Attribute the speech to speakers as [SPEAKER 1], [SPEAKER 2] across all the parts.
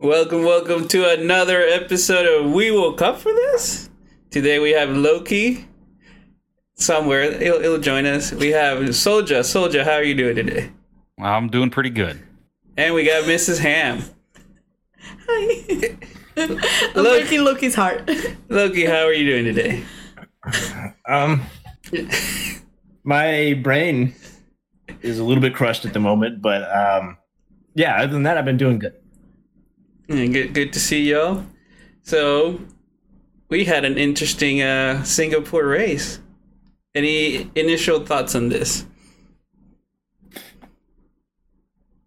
[SPEAKER 1] Welcome, welcome to another episode of We Will Cup for this. Today we have Loki somewhere. He'll, he'll join us. We have Solja. Solja, how are you doing today?
[SPEAKER 2] I'm doing pretty good.
[SPEAKER 1] And we got Mrs. Ham.
[SPEAKER 3] Hi. I'm
[SPEAKER 1] Look.
[SPEAKER 3] breaking Loki's heart.
[SPEAKER 1] Loki, how are you doing today?
[SPEAKER 4] Um, my brain is a little bit crushed at the moment, but um, yeah. Other than that, I've been doing good.
[SPEAKER 1] Yeah, Good, good to see y'all. So, we had an interesting uh, Singapore race. Any initial thoughts on this?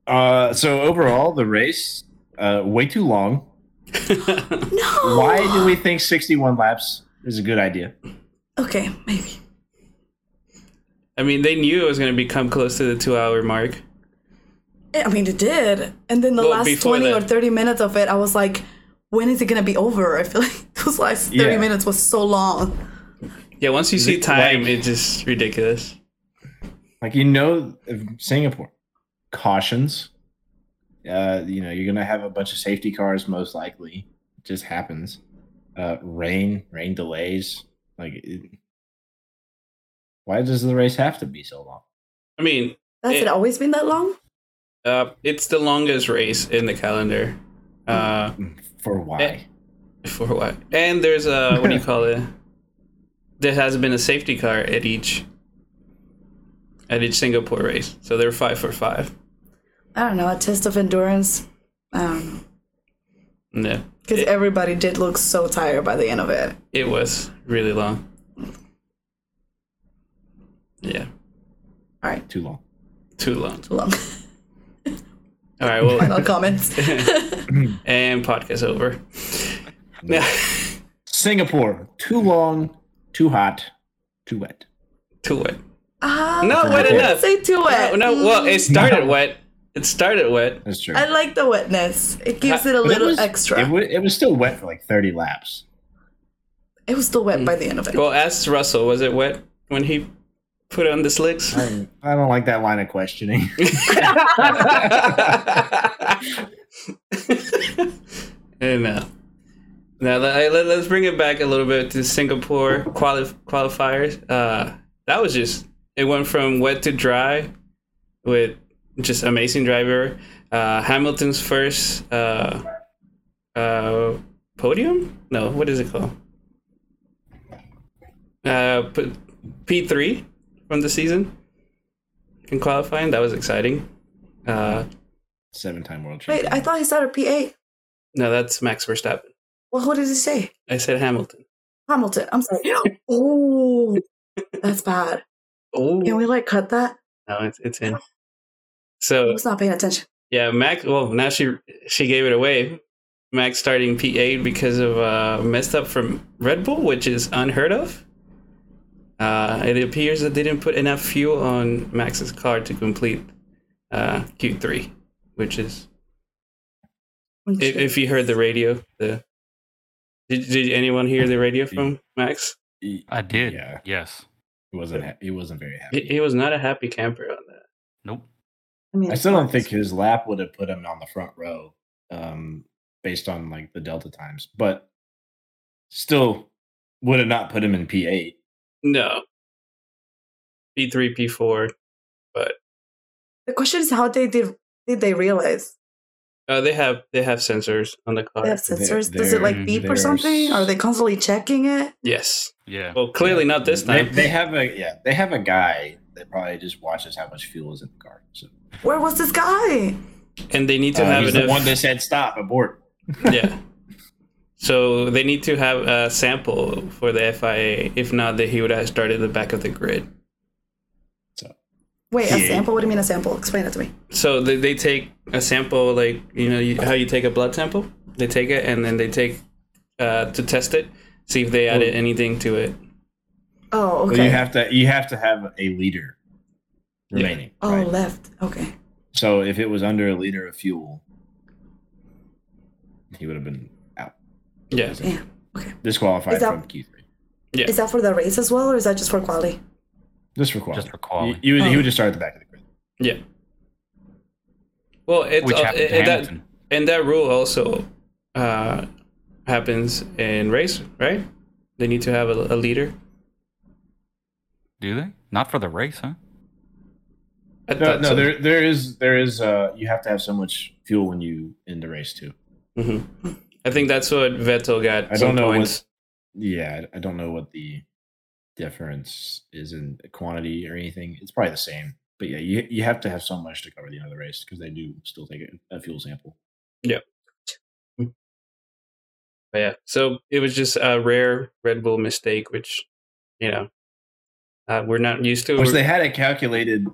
[SPEAKER 4] Uh, so overall, the race uh, way too long.
[SPEAKER 3] No.
[SPEAKER 4] Why do we think sixty-one laps is a good idea?
[SPEAKER 3] Okay, maybe.
[SPEAKER 1] I mean, they knew it was going to be come close to the two-hour mark.
[SPEAKER 3] Eh, I mean, it did. And then the
[SPEAKER 1] Well,
[SPEAKER 3] last
[SPEAKER 1] before
[SPEAKER 3] 20
[SPEAKER 1] that-
[SPEAKER 3] or 30 minutes of it, I was like, when is it going to be over? I feel like those last 30
[SPEAKER 4] Yeah.
[SPEAKER 3] minutes was so long.
[SPEAKER 1] Yeah, once you see
[SPEAKER 4] Like-
[SPEAKER 1] time, it's just ridiculous.
[SPEAKER 4] Like you know, if Singapore cautions. Uh, you know, you're gonna have a bunch of safety cars most likely. It just happens. Uh, rain, rain delays. Like, it, why does the race have to be so long?
[SPEAKER 1] I mean,
[SPEAKER 3] Has it,
[SPEAKER 1] It-
[SPEAKER 3] always been that long?
[SPEAKER 1] uh, it's the longest race in the calendar. Uh,
[SPEAKER 4] For why?
[SPEAKER 1] for what? And there's a what do you call it? There has been a safety car at each at each Singapore race, so they're five for five.
[SPEAKER 3] I don't know. A test of endurance. I don't know.
[SPEAKER 1] Yeah,
[SPEAKER 3] Because
[SPEAKER 1] It-
[SPEAKER 3] everybody did look so tired by the end of it.
[SPEAKER 1] it was really long. Yeah,
[SPEAKER 3] All right.
[SPEAKER 4] Too long.
[SPEAKER 1] too long.
[SPEAKER 3] Too long.
[SPEAKER 1] All right, well,
[SPEAKER 3] Final comments.
[SPEAKER 1] and podcast over. Yeah,
[SPEAKER 4] Singapore, too long, too hot, too wet.
[SPEAKER 1] too wet.
[SPEAKER 3] Ah,
[SPEAKER 1] Not wet
[SPEAKER 4] Okay.
[SPEAKER 1] enough.
[SPEAKER 3] Say too wet.
[SPEAKER 1] No, no, well, it started wet. It started wet.
[SPEAKER 4] That's true.
[SPEAKER 3] I like the wetness. It gives it a
[SPEAKER 4] But
[SPEAKER 3] little
[SPEAKER 4] it was,
[SPEAKER 3] extra.
[SPEAKER 4] It was, it was still wet for like 30 laps.
[SPEAKER 3] it was still
[SPEAKER 1] Mm.
[SPEAKER 3] wet by the end of it.
[SPEAKER 1] Well, ask Russell, was it wet when he put on the slicks?
[SPEAKER 4] I, I don't like that line of questioning.
[SPEAKER 1] and uh, now let, let, us bring it back a little bit to Singapore quali- qualifiers. Uh, that was just it went from wet to dry with just amazing driver. Uh, Hamilton's first uh, uh, podium? No, what is it called? Uh, P three from the season in qualifying. That was exciting. Uh,
[SPEAKER 4] Seven time world
[SPEAKER 3] Wait,
[SPEAKER 4] champion.
[SPEAKER 3] I thought he started P8.
[SPEAKER 1] no, that's Max Verstappen.
[SPEAKER 3] Well, what did he say?
[SPEAKER 1] I said Hamilton.
[SPEAKER 3] Hamilton. I'm sorry. oh, that's bad.
[SPEAKER 1] Oh,
[SPEAKER 3] Can
[SPEAKER 1] no,
[SPEAKER 3] we like cut that?
[SPEAKER 1] it's it's in.
[SPEAKER 3] I
[SPEAKER 1] So
[SPEAKER 3] was not paying attention.
[SPEAKER 1] yeah, Max. Well, now she she gave it away. Max starting P eight because of uh, messed up from Red Bull, which is unheard of. Uh, it appears that they didn't put enough fuel on Max's car to complete uh, Q three, which is if, if you heard the radio. The did, did anyone hear the radio from Max?
[SPEAKER 4] He-
[SPEAKER 2] I did.
[SPEAKER 4] Yeah.
[SPEAKER 2] Yes.
[SPEAKER 4] He wasn't, ha- he wasn't very
[SPEAKER 1] He,
[SPEAKER 4] happy.
[SPEAKER 1] he was not a happy camper on that.
[SPEAKER 2] Nope.
[SPEAKER 3] I, mean,
[SPEAKER 4] I still don't think his lap would have put him on the front row um, based on like the Delta times, but still would have not put him in P8.
[SPEAKER 1] No. P three, P four.
[SPEAKER 3] the question is how they did. Did they realize
[SPEAKER 1] Oh, they have they have sensors on the car.
[SPEAKER 3] they have
[SPEAKER 4] They're-
[SPEAKER 3] sensors? Does it like
[SPEAKER 2] they're-
[SPEAKER 3] beep or
[SPEAKER 4] they're
[SPEAKER 3] something?
[SPEAKER 4] s-
[SPEAKER 3] Are they constantly checking it?
[SPEAKER 1] Yes.
[SPEAKER 2] Yeah.
[SPEAKER 1] Well, clearly not this
[SPEAKER 4] They-
[SPEAKER 1] time.
[SPEAKER 4] They, have a yeah. They have a guy that probably just watches how much fuel is in the car. So
[SPEAKER 3] Where was this guy?
[SPEAKER 1] and they need to
[SPEAKER 4] Uh,
[SPEAKER 1] have
[SPEAKER 4] he's the
[SPEAKER 1] enough.
[SPEAKER 4] one that said stop, abort.
[SPEAKER 1] yeah. So they need to have a sample for the FIA. If not, that he would have started the back of the grid.
[SPEAKER 3] Wait, a
[SPEAKER 4] Yeah.
[SPEAKER 3] sample? What do you mean a sample? Explain it to me.
[SPEAKER 1] So they, they take a sample, like you know you, how you take a blood sample. They take it and then they take uh, to test it, see if they added anything to it.
[SPEAKER 3] Oh,
[SPEAKER 4] Well,
[SPEAKER 3] okay.
[SPEAKER 4] you have to you have to have a liter
[SPEAKER 1] Yeah.
[SPEAKER 4] remaining.
[SPEAKER 3] oh,
[SPEAKER 4] right?
[SPEAKER 3] left. Okay.
[SPEAKER 4] So if it was under a liter of fuel, he would have been out,
[SPEAKER 1] Yeah.
[SPEAKER 3] Damn. Okay.
[SPEAKER 4] disqualified
[SPEAKER 3] Is that-
[SPEAKER 4] from Q three.
[SPEAKER 1] Yeah.
[SPEAKER 3] Is that for the race as well, or is that just for quality?
[SPEAKER 4] Just for quality.
[SPEAKER 2] Just for quality.
[SPEAKER 4] He, he would,
[SPEAKER 3] Oh.
[SPEAKER 4] he would just start at the back of the grid.
[SPEAKER 1] Yeah. Well, it's
[SPEAKER 2] Which
[SPEAKER 1] uh,
[SPEAKER 2] happened to
[SPEAKER 1] it- that-
[SPEAKER 2] Hamilton.
[SPEAKER 1] and that rule also uh, happens in race, right? They need to have a, a leader.
[SPEAKER 2] Do they? Not for the race, huh?
[SPEAKER 1] I
[SPEAKER 4] No,
[SPEAKER 1] thought
[SPEAKER 4] no,
[SPEAKER 1] so.
[SPEAKER 4] there there is there is uh you have to have so much fuel when you end the race too.
[SPEAKER 1] Mhm. I think that's what Vettel got.
[SPEAKER 4] I
[SPEAKER 1] some
[SPEAKER 4] don't know what-
[SPEAKER 1] points.
[SPEAKER 4] Yeah, I I don't know what the difference is in quantity or anything. It's probably the same. But yeah, you you have to have so much to cover the end of the race because they do still take a, a fuel sample.
[SPEAKER 1] But yeah, so it was just a rare Red Bull mistake, which you know uh, we're not used to.
[SPEAKER 4] Which they had it calculated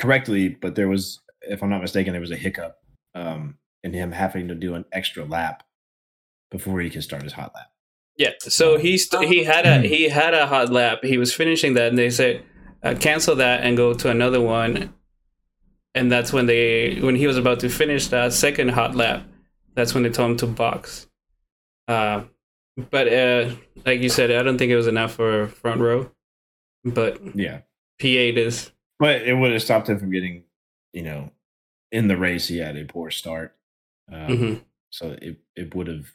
[SPEAKER 4] correctly, but there was, if I'm not mistaken, there was a hiccup um, in him having to do an extra lap before he could start his hot lap.
[SPEAKER 1] yeah, so he st- he had a he had a hot lap. He was finishing that, and they said uh, cancel that and go to another one. And that's when they when he was about to finish that second hot lap, that's when they told him to box. Uh, but uh, like you said, I don't think it was enough for front row. But
[SPEAKER 4] Yeah,
[SPEAKER 1] P8 is
[SPEAKER 4] but it would have stopped him from getting, you know, in the race. He had a poor start, um,
[SPEAKER 1] Mhm.
[SPEAKER 4] so it it would have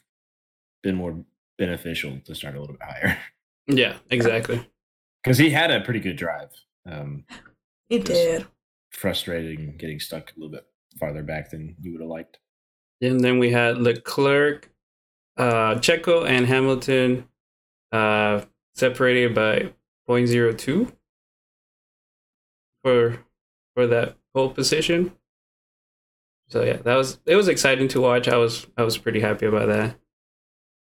[SPEAKER 4] been more beneficial to start a little bit higher
[SPEAKER 1] Yeah, exactly.
[SPEAKER 4] because he had a pretty good drive. Um,
[SPEAKER 3] It
[SPEAKER 4] Yes.
[SPEAKER 3] did.
[SPEAKER 4] frustrating getting stuck a little bit farther back than you would have liked.
[SPEAKER 1] And then we had Leclerc, uh, Checo, and Hamilton uh, separated by 0.02 for for that pole position. So yeah, that was it was exciting to watch. I was I was pretty happy about that.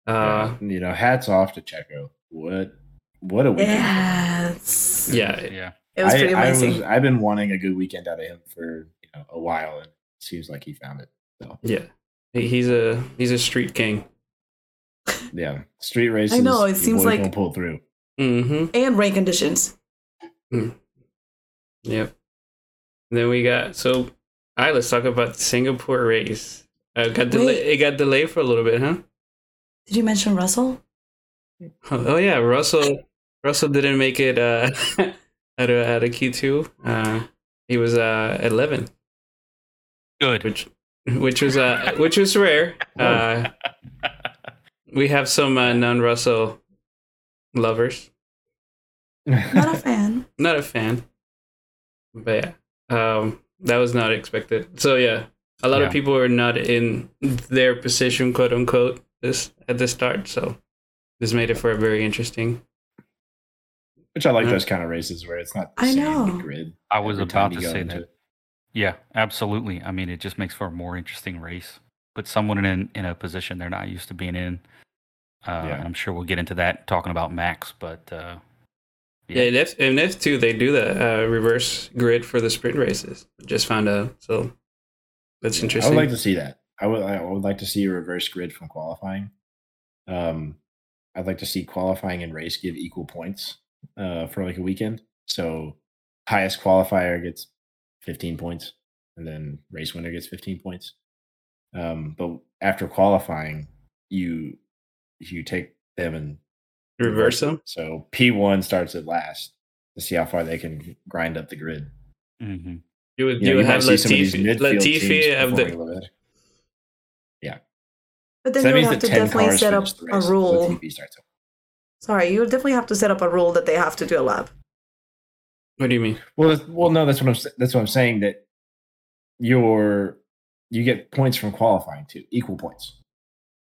[SPEAKER 1] Uh,
[SPEAKER 4] Yeah, you know, hats off to Checo. What what a weekend!
[SPEAKER 3] Yes.
[SPEAKER 1] yeah,
[SPEAKER 2] Yeah.
[SPEAKER 3] It was pretty
[SPEAKER 4] I, I
[SPEAKER 3] amazing.
[SPEAKER 4] was, I've been wanting a good weekend out of him for you know, a while, and it seems like he found it. So
[SPEAKER 1] yeah. He- He's a he's a street king.
[SPEAKER 4] yeah, street races.
[SPEAKER 3] know, it
[SPEAKER 4] your
[SPEAKER 3] seems
[SPEAKER 4] boy's
[SPEAKER 3] like-
[SPEAKER 4] gonna pull through.
[SPEAKER 1] Mm-hmm.
[SPEAKER 3] and rain conditions.
[SPEAKER 1] Yep. And then we got so. All right, let's talk about the Singapore race. Uh, got delay,
[SPEAKER 3] Wait.
[SPEAKER 1] it got delayed for a little bit, huh?
[SPEAKER 3] Did you mention Russell?
[SPEAKER 1] Oh yeah, Russell. Russell didn't make it uh, at a, at a Q two. Uh, he was uh, eleven,
[SPEAKER 2] Good.
[SPEAKER 1] which which was uh, which was rare. Uh, we have some uh, non Russell lovers.
[SPEAKER 3] Not a fan.
[SPEAKER 1] Not a fan, but yeah, um, that was not expected. So yeah, a lot
[SPEAKER 2] Yeah.
[SPEAKER 1] of people were not in their position, quote unquote, this at the start. So this made it for a very interesting.
[SPEAKER 4] Which I like
[SPEAKER 1] Yeah.
[SPEAKER 4] those kind of races where it's not the
[SPEAKER 3] I
[SPEAKER 4] same
[SPEAKER 3] know.
[SPEAKER 4] grid.
[SPEAKER 2] I was
[SPEAKER 4] every time
[SPEAKER 2] about
[SPEAKER 4] you
[SPEAKER 2] to
[SPEAKER 4] go
[SPEAKER 2] say
[SPEAKER 4] into
[SPEAKER 2] that.
[SPEAKER 4] it.
[SPEAKER 2] Yeah, absolutely. I mean, it just makes for a more interesting race. Put someone in in a position they're not used to being in. Uh,
[SPEAKER 4] Yeah.
[SPEAKER 2] and I'm sure we'll get into that talking about Max, but uh,
[SPEAKER 1] Yeah, in F in F two they do the uh, reverse grid for the sprint races. Just found out, so that's
[SPEAKER 4] Yeah, I
[SPEAKER 1] interesting.
[SPEAKER 4] would like to see that. I would I would like to see a reverse grid from qualifying. Um, I'd like to see qualifying and race give equal points uh, for like a weekend. So highest qualifier gets 15 points, and then race winner gets 15 points. Um, but after qualifying, you you take them and
[SPEAKER 1] reverse them.
[SPEAKER 4] so P1 starts at last to see how far they can grind up the grid.
[SPEAKER 2] hmm
[SPEAKER 1] You would
[SPEAKER 4] You, know,
[SPEAKER 1] you
[SPEAKER 4] you
[SPEAKER 1] would
[SPEAKER 4] might
[SPEAKER 1] have
[SPEAKER 4] see some of these
[SPEAKER 1] Latifi,
[SPEAKER 4] midfield teams
[SPEAKER 1] Latifi of
[SPEAKER 4] performing
[SPEAKER 1] the
[SPEAKER 4] a little bit.
[SPEAKER 3] But then
[SPEAKER 4] So that
[SPEAKER 3] you would
[SPEAKER 4] means
[SPEAKER 3] have
[SPEAKER 4] that
[SPEAKER 3] to
[SPEAKER 4] 10
[SPEAKER 3] definitely
[SPEAKER 4] cars
[SPEAKER 3] set up
[SPEAKER 4] finish the
[SPEAKER 3] a
[SPEAKER 4] race. So
[SPEAKER 3] rule.
[SPEAKER 4] TV starts up.
[SPEAKER 3] Sorry, you would definitely have to set up a rule that they have to do a lap.
[SPEAKER 1] What do you mean?
[SPEAKER 4] Well, that's, well, no, that's what I'm sa- that's what I'm saying that your you get points from qualifying too, equal points.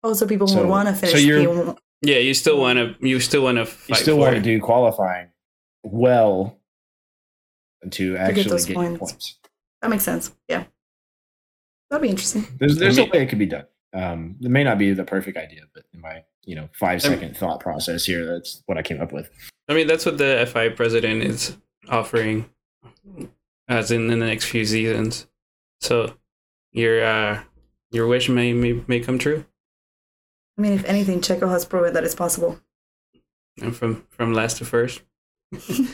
[SPEAKER 3] Also, Oh, people
[SPEAKER 4] So-
[SPEAKER 3] would want to
[SPEAKER 4] so
[SPEAKER 3] finish.
[SPEAKER 4] you're-
[SPEAKER 3] P1.
[SPEAKER 1] Yeah, you still want to you still want to
[SPEAKER 4] You still want to do qualifying well to actually get,
[SPEAKER 3] those
[SPEAKER 4] your
[SPEAKER 3] points.
[SPEAKER 4] points.
[SPEAKER 3] That makes sense. Yeah, that'd be interesting.
[SPEAKER 4] There's there's
[SPEAKER 1] I
[SPEAKER 4] a
[SPEAKER 1] mean-
[SPEAKER 4] way it could be done. Um, it may not be the perfect idea, but in my you know five
[SPEAKER 1] I mean-
[SPEAKER 4] second thought process here, that's what I came up with.
[SPEAKER 1] I mean, that's what the FI president is offering, as in in the next few seasons. So your uh, your wish may, may may come true.
[SPEAKER 3] I mean, if anything, Checo has proven that it's possible.
[SPEAKER 1] And from from last to first, uh,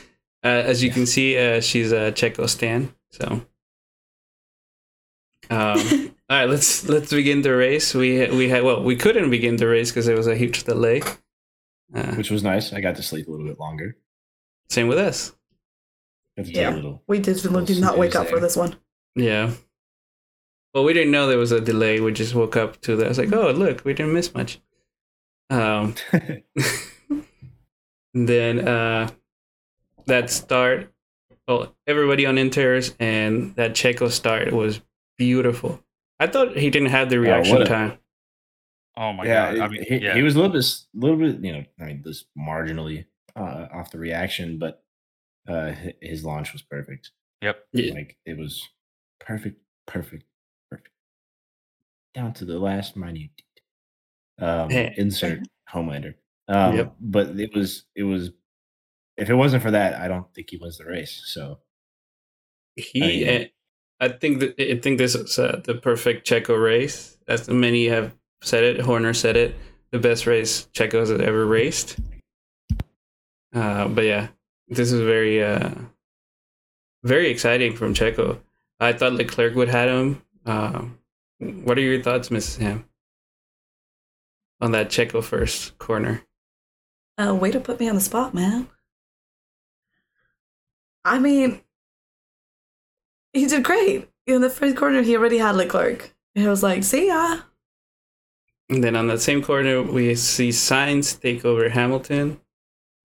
[SPEAKER 1] as you can see, uh, she's a Checo stan. So. Um, All right, let's let's begin the race. We we had well, we couldn't begin the race because there was a huge delay. Uh,
[SPEAKER 4] Which was nice. I got to sleep a little bit longer.
[SPEAKER 1] same with us.
[SPEAKER 4] Got to take
[SPEAKER 3] Yeah.
[SPEAKER 4] a little
[SPEAKER 3] we did,
[SPEAKER 4] Little
[SPEAKER 3] did not wake up
[SPEAKER 4] snooze
[SPEAKER 3] for
[SPEAKER 4] there.
[SPEAKER 3] this one.
[SPEAKER 1] Yeah. Well, we didn't know there was a delay. We just woke up to that. I was like, oh, look, we didn't miss much. Um, then uh, that start, well, everybody on inters and that Checo start was beautiful. I thought he didn't have the reaction
[SPEAKER 4] what a-
[SPEAKER 1] time.
[SPEAKER 2] Oh my
[SPEAKER 4] yeah,
[SPEAKER 2] god! I
[SPEAKER 4] it-
[SPEAKER 2] mean,
[SPEAKER 4] he,
[SPEAKER 2] yeah.
[SPEAKER 4] he was a little bit, little bit, you know, I mean, just marginally uh, off the reaction, but uh, hi- his launch was perfect.
[SPEAKER 2] Yep.
[SPEAKER 1] Yeah.
[SPEAKER 4] like it was perfect, perfect, perfect, down to the last minute. detail. Um,
[SPEAKER 1] Heh.
[SPEAKER 4] insert Homelander. Um,
[SPEAKER 1] Eh. Yep.
[SPEAKER 4] But it was, it was. If it wasn't for that, I don't think he wins the race. So
[SPEAKER 1] He,
[SPEAKER 4] I mean-
[SPEAKER 1] and I think that I think this is uh, the perfect Checo race. As many have said it, Horner said it, the best race Checo has ever raced. Uh, but yeah, this is very, uh, very exciting from Checo. I thought Leclerc would have him. Um, what are your thoughts, Mrs. Ham, on that Checo first corner?
[SPEAKER 3] Uh, way to put me on the spot, man. I mean, he did great. In the first corner, he already had Leclerc. And he was like, see ya.
[SPEAKER 1] And then on that same corner, we see Sainz take over Hamilton.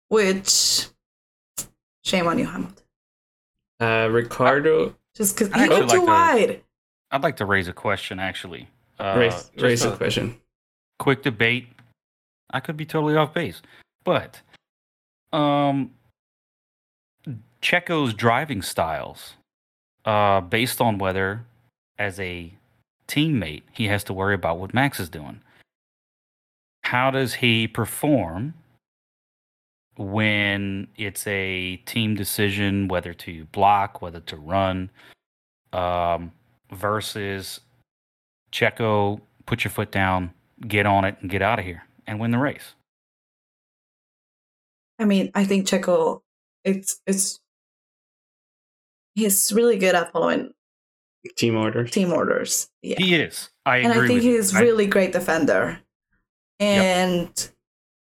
[SPEAKER 3] Which, shame on you, Hamilton.
[SPEAKER 1] Uh, Ricardo
[SPEAKER 3] Just because
[SPEAKER 2] I
[SPEAKER 3] he
[SPEAKER 2] actually
[SPEAKER 3] went too
[SPEAKER 2] like
[SPEAKER 3] wide.
[SPEAKER 2] I'd like to raise a question, actually. Uh,
[SPEAKER 1] raise,
[SPEAKER 2] just
[SPEAKER 1] raise
[SPEAKER 2] a
[SPEAKER 1] the question.
[SPEAKER 2] Quick debate. I could be totally off base, but um, Checo's driving styles, uh, based on whether, as a teammate, he has to worry about what Max is doing. How does he perform when it's a team decision whether to block, whether to run, um, versus Checo, put your foot down, get on it, and get out of here and win the race?
[SPEAKER 3] I mean, I think Checo, it's, it's, he's really good at following
[SPEAKER 1] Team orders.
[SPEAKER 3] team orders. Yeah.
[SPEAKER 2] He is. I agree
[SPEAKER 3] and I think
[SPEAKER 2] with you.
[SPEAKER 3] he's
[SPEAKER 2] I-
[SPEAKER 3] really great defender. And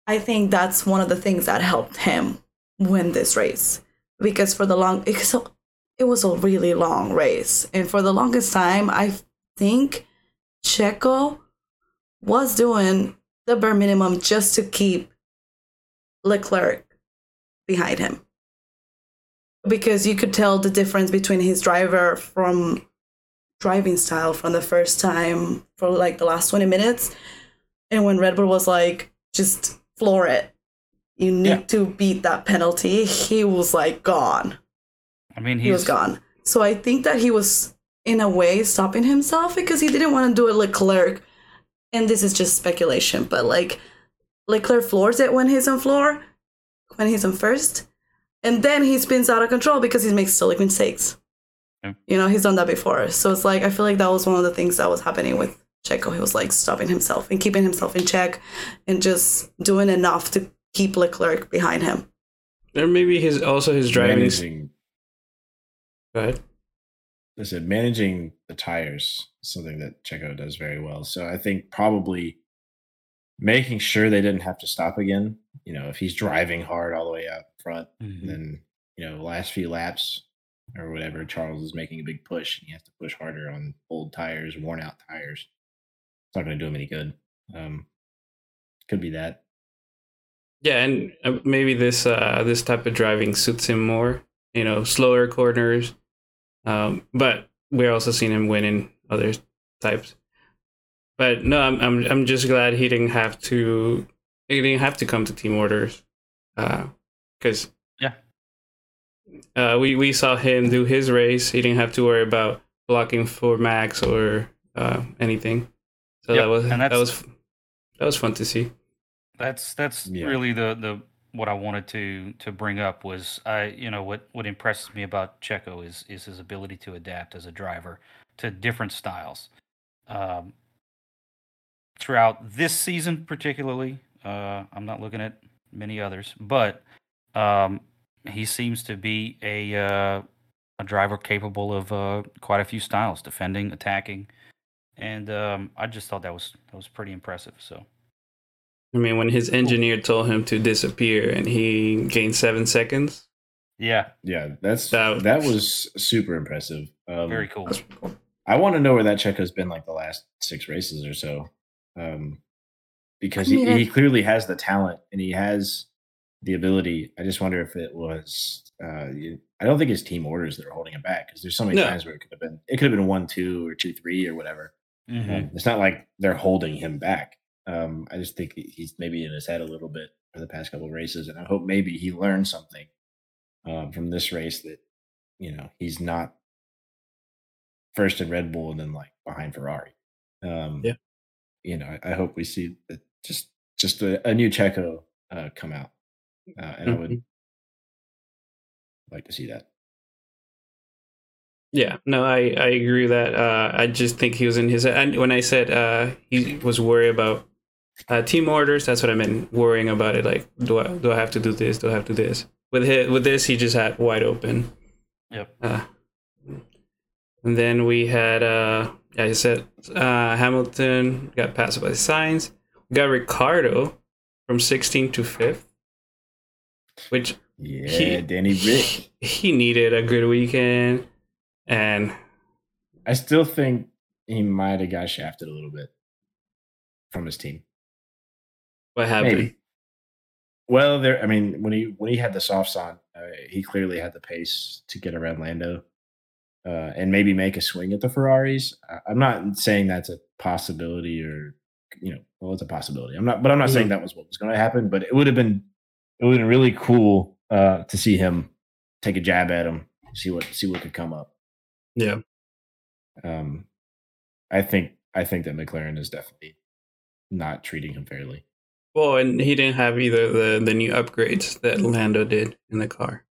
[SPEAKER 3] I think that's one of the things that helped him win this race because for the long it was, a, it was a really long race and for the longest time I think Checo was doing the bare minimum just to keep Leclerc behind him because you could tell the difference between his driver from driving style from the first time for like the last 20 minutes. And when Red Bull was like, just floor it, you need
[SPEAKER 4] Yeah.
[SPEAKER 3] to beat that penalty, he was like gone.
[SPEAKER 2] I mean,
[SPEAKER 3] he was
[SPEAKER 2] he's
[SPEAKER 3] gone. So I think that he was, in a way, stopping himself because he didn't want to do it Leclerc. And this is just speculation, but like Leclerc floors it when he's on floor, when he's on first, and then he spins out of control because he makes silly mistakes.
[SPEAKER 2] Yeah.
[SPEAKER 3] You know, he's done that before. So it's like, I feel like that was one of the things that was happening with Checo. He was like stopping himself and keeping himself in check and just doing enough to keep Leclerc behind him.
[SPEAKER 1] Or maybe his also his driving. s-
[SPEAKER 4] managing,
[SPEAKER 1] Go ahead.
[SPEAKER 4] listen, managing the tires is something that Checo does very well. So I think probably making sure they didn't have to stop again. You know, if he's driving hard all the way out front,
[SPEAKER 2] Mhm.
[SPEAKER 4] And then, you know, last few laps or whatever, Charles is making a big push and he has to push harder on old tires, worn out tires. It's not going to do him any good. Um, could be that.
[SPEAKER 1] Yeah, and uh, maybe this uh, this type of driving suits him more. You know, slower corners. Um, but we're also seeing him win in other types. But no, I'm I'm I'm just glad he didn't have to. He didn't have to come to team orders, because
[SPEAKER 2] Yeah.
[SPEAKER 1] uh, we we saw him do his race. He didn't have to worry about blocking for Max or uh, anything. So
[SPEAKER 2] Yep,
[SPEAKER 1] that was
[SPEAKER 2] and
[SPEAKER 1] that
[SPEAKER 2] that's-
[SPEAKER 1] was that was fun to see.
[SPEAKER 2] That's that's
[SPEAKER 4] Yeah.
[SPEAKER 2] really the the what I wanted to to bring up was I you know what what impresses me about Checo is is his ability to adapt as a driver to different styles. Um, throughout this season, particularly, uh, I'm not looking at many others, but um, he seems to be a uh, a driver capable of uh, quite a few styles, defending, attacking, and um, I just thought that was that was pretty impressive. So.
[SPEAKER 1] I mean, when his engineer told him to disappear and he gained seven seconds.
[SPEAKER 2] Yeah,
[SPEAKER 4] Yeah, that's
[SPEAKER 1] That-
[SPEAKER 4] that, was super impressive. Um,
[SPEAKER 2] very cool.
[SPEAKER 3] That was pretty cool.
[SPEAKER 4] I want to know where that Checo's been like the last six races or so, um, because
[SPEAKER 3] I mean,
[SPEAKER 4] he,
[SPEAKER 3] I-
[SPEAKER 4] he clearly has the talent and he has the ability. I just wonder if it was. Uh, you- I don't think his team orders that are holding him back because there's so many
[SPEAKER 1] No.
[SPEAKER 4] times where it could have been it could have been one two or two three or whatever.
[SPEAKER 2] Mhm.
[SPEAKER 1] Mm-hmm.
[SPEAKER 4] Um, It's not like they're holding him back. Um, I just think he- he's maybe in his head a little bit for the past couple of races, and I hope maybe he learned something um, from this race that you know he's not first in Red Bull and then like behind Ferrari. Um,
[SPEAKER 1] Yeah.
[SPEAKER 4] you know, I, I hope we see that just just a, a new Checo uh, come out, uh, and I would
[SPEAKER 1] Mm-hmm.
[SPEAKER 4] like to see that.
[SPEAKER 1] Yeah, no, I, I agree with that. Uh, I just think he was in his. And when I said uh, he was worried about uh, team orders, that's what I meant. Worrying about it, like do I do I have to do this? Do I have to do this? With his, with this, he just had wide open.
[SPEAKER 2] Yep.
[SPEAKER 1] Uh, and then we had, uh, yeah, you said uh, Hamilton got passed by Signs. We got Ricardo from 16th to 5th, which
[SPEAKER 4] Yeah,
[SPEAKER 1] he-
[SPEAKER 4] Danny Rick.
[SPEAKER 1] He needed a good weekend, and
[SPEAKER 4] I still think he might have got shafted a little bit from his team.
[SPEAKER 1] what happened?
[SPEAKER 4] Maybe. Well, there. I mean, when he when he had the softs on, uh, he clearly had the pace to get around Lando, uh, and maybe make a swing at the Ferraris. I, I'm not saying that's a possibility, or you know, well, it's a possibility. I'm not, but I'm not saying that was what was going to happen. But it would have been, it would have been really cool uh, to see him take a jab at him, see what see what could come up.
[SPEAKER 1] Yeah.
[SPEAKER 4] Um, I think I think that McLaren is definitely not treating him fairly.
[SPEAKER 1] Well, and he didn't have either the the new upgrades that Lando did in the car.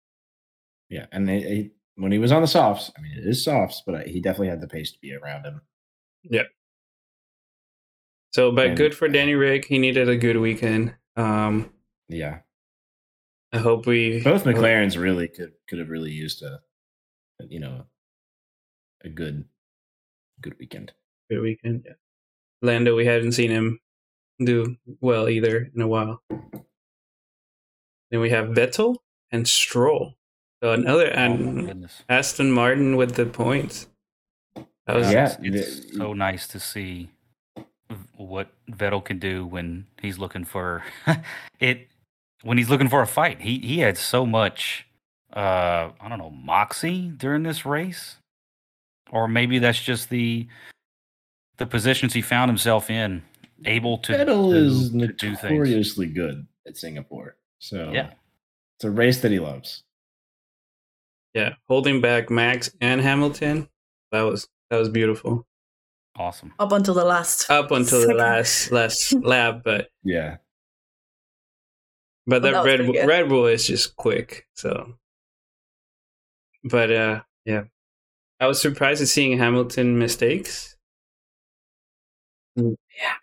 [SPEAKER 4] Yeah, and it, it- when he was on the softs, I mean, it is softs, but uh, he definitely had the pace to be around him.
[SPEAKER 1] So, but
[SPEAKER 4] And-
[SPEAKER 1] good for Danny Rick. He needed a good weekend. Um,
[SPEAKER 4] Yeah,
[SPEAKER 1] I hope we
[SPEAKER 4] both McLarens really could could have really used a, you know, a good, good weekend.
[SPEAKER 1] good weekend. Lando, we haven't seen him do well either in a while. Then we have Vettel and Stroll. So another
[SPEAKER 2] Oh, my
[SPEAKER 1] and
[SPEAKER 2] goodness.
[SPEAKER 1] Aston Martin with the points. That was
[SPEAKER 4] Yeah,
[SPEAKER 2] It's, it's
[SPEAKER 4] the-
[SPEAKER 2] so nice to see v- what Vettel can do when he's looking for it. When he's looking for a fight, he he had so much. Uh, I don't know moxie during this race, or maybe that's just the the positions he found himself in, able to,
[SPEAKER 4] Vettel
[SPEAKER 2] to-
[SPEAKER 4] is
[SPEAKER 2] to do things.
[SPEAKER 4] notoriously good at Singapore, so
[SPEAKER 2] Yeah.
[SPEAKER 4] it's a race that he loves.
[SPEAKER 1] Yeah, holding back Max and Hamilton. That was that was beautiful
[SPEAKER 2] Awesome.
[SPEAKER 3] Up until the last.
[SPEAKER 1] up until the
[SPEAKER 3] Second.
[SPEAKER 1] last last lap, but
[SPEAKER 4] Yeah,
[SPEAKER 1] but
[SPEAKER 3] Well,
[SPEAKER 1] that
[SPEAKER 3] that was
[SPEAKER 1] Red
[SPEAKER 3] pretty
[SPEAKER 1] Bull,
[SPEAKER 3] good.
[SPEAKER 1] Red Bull is just quick. So, but uh, yeah, I was surprised at seeing Hamilton mistakes.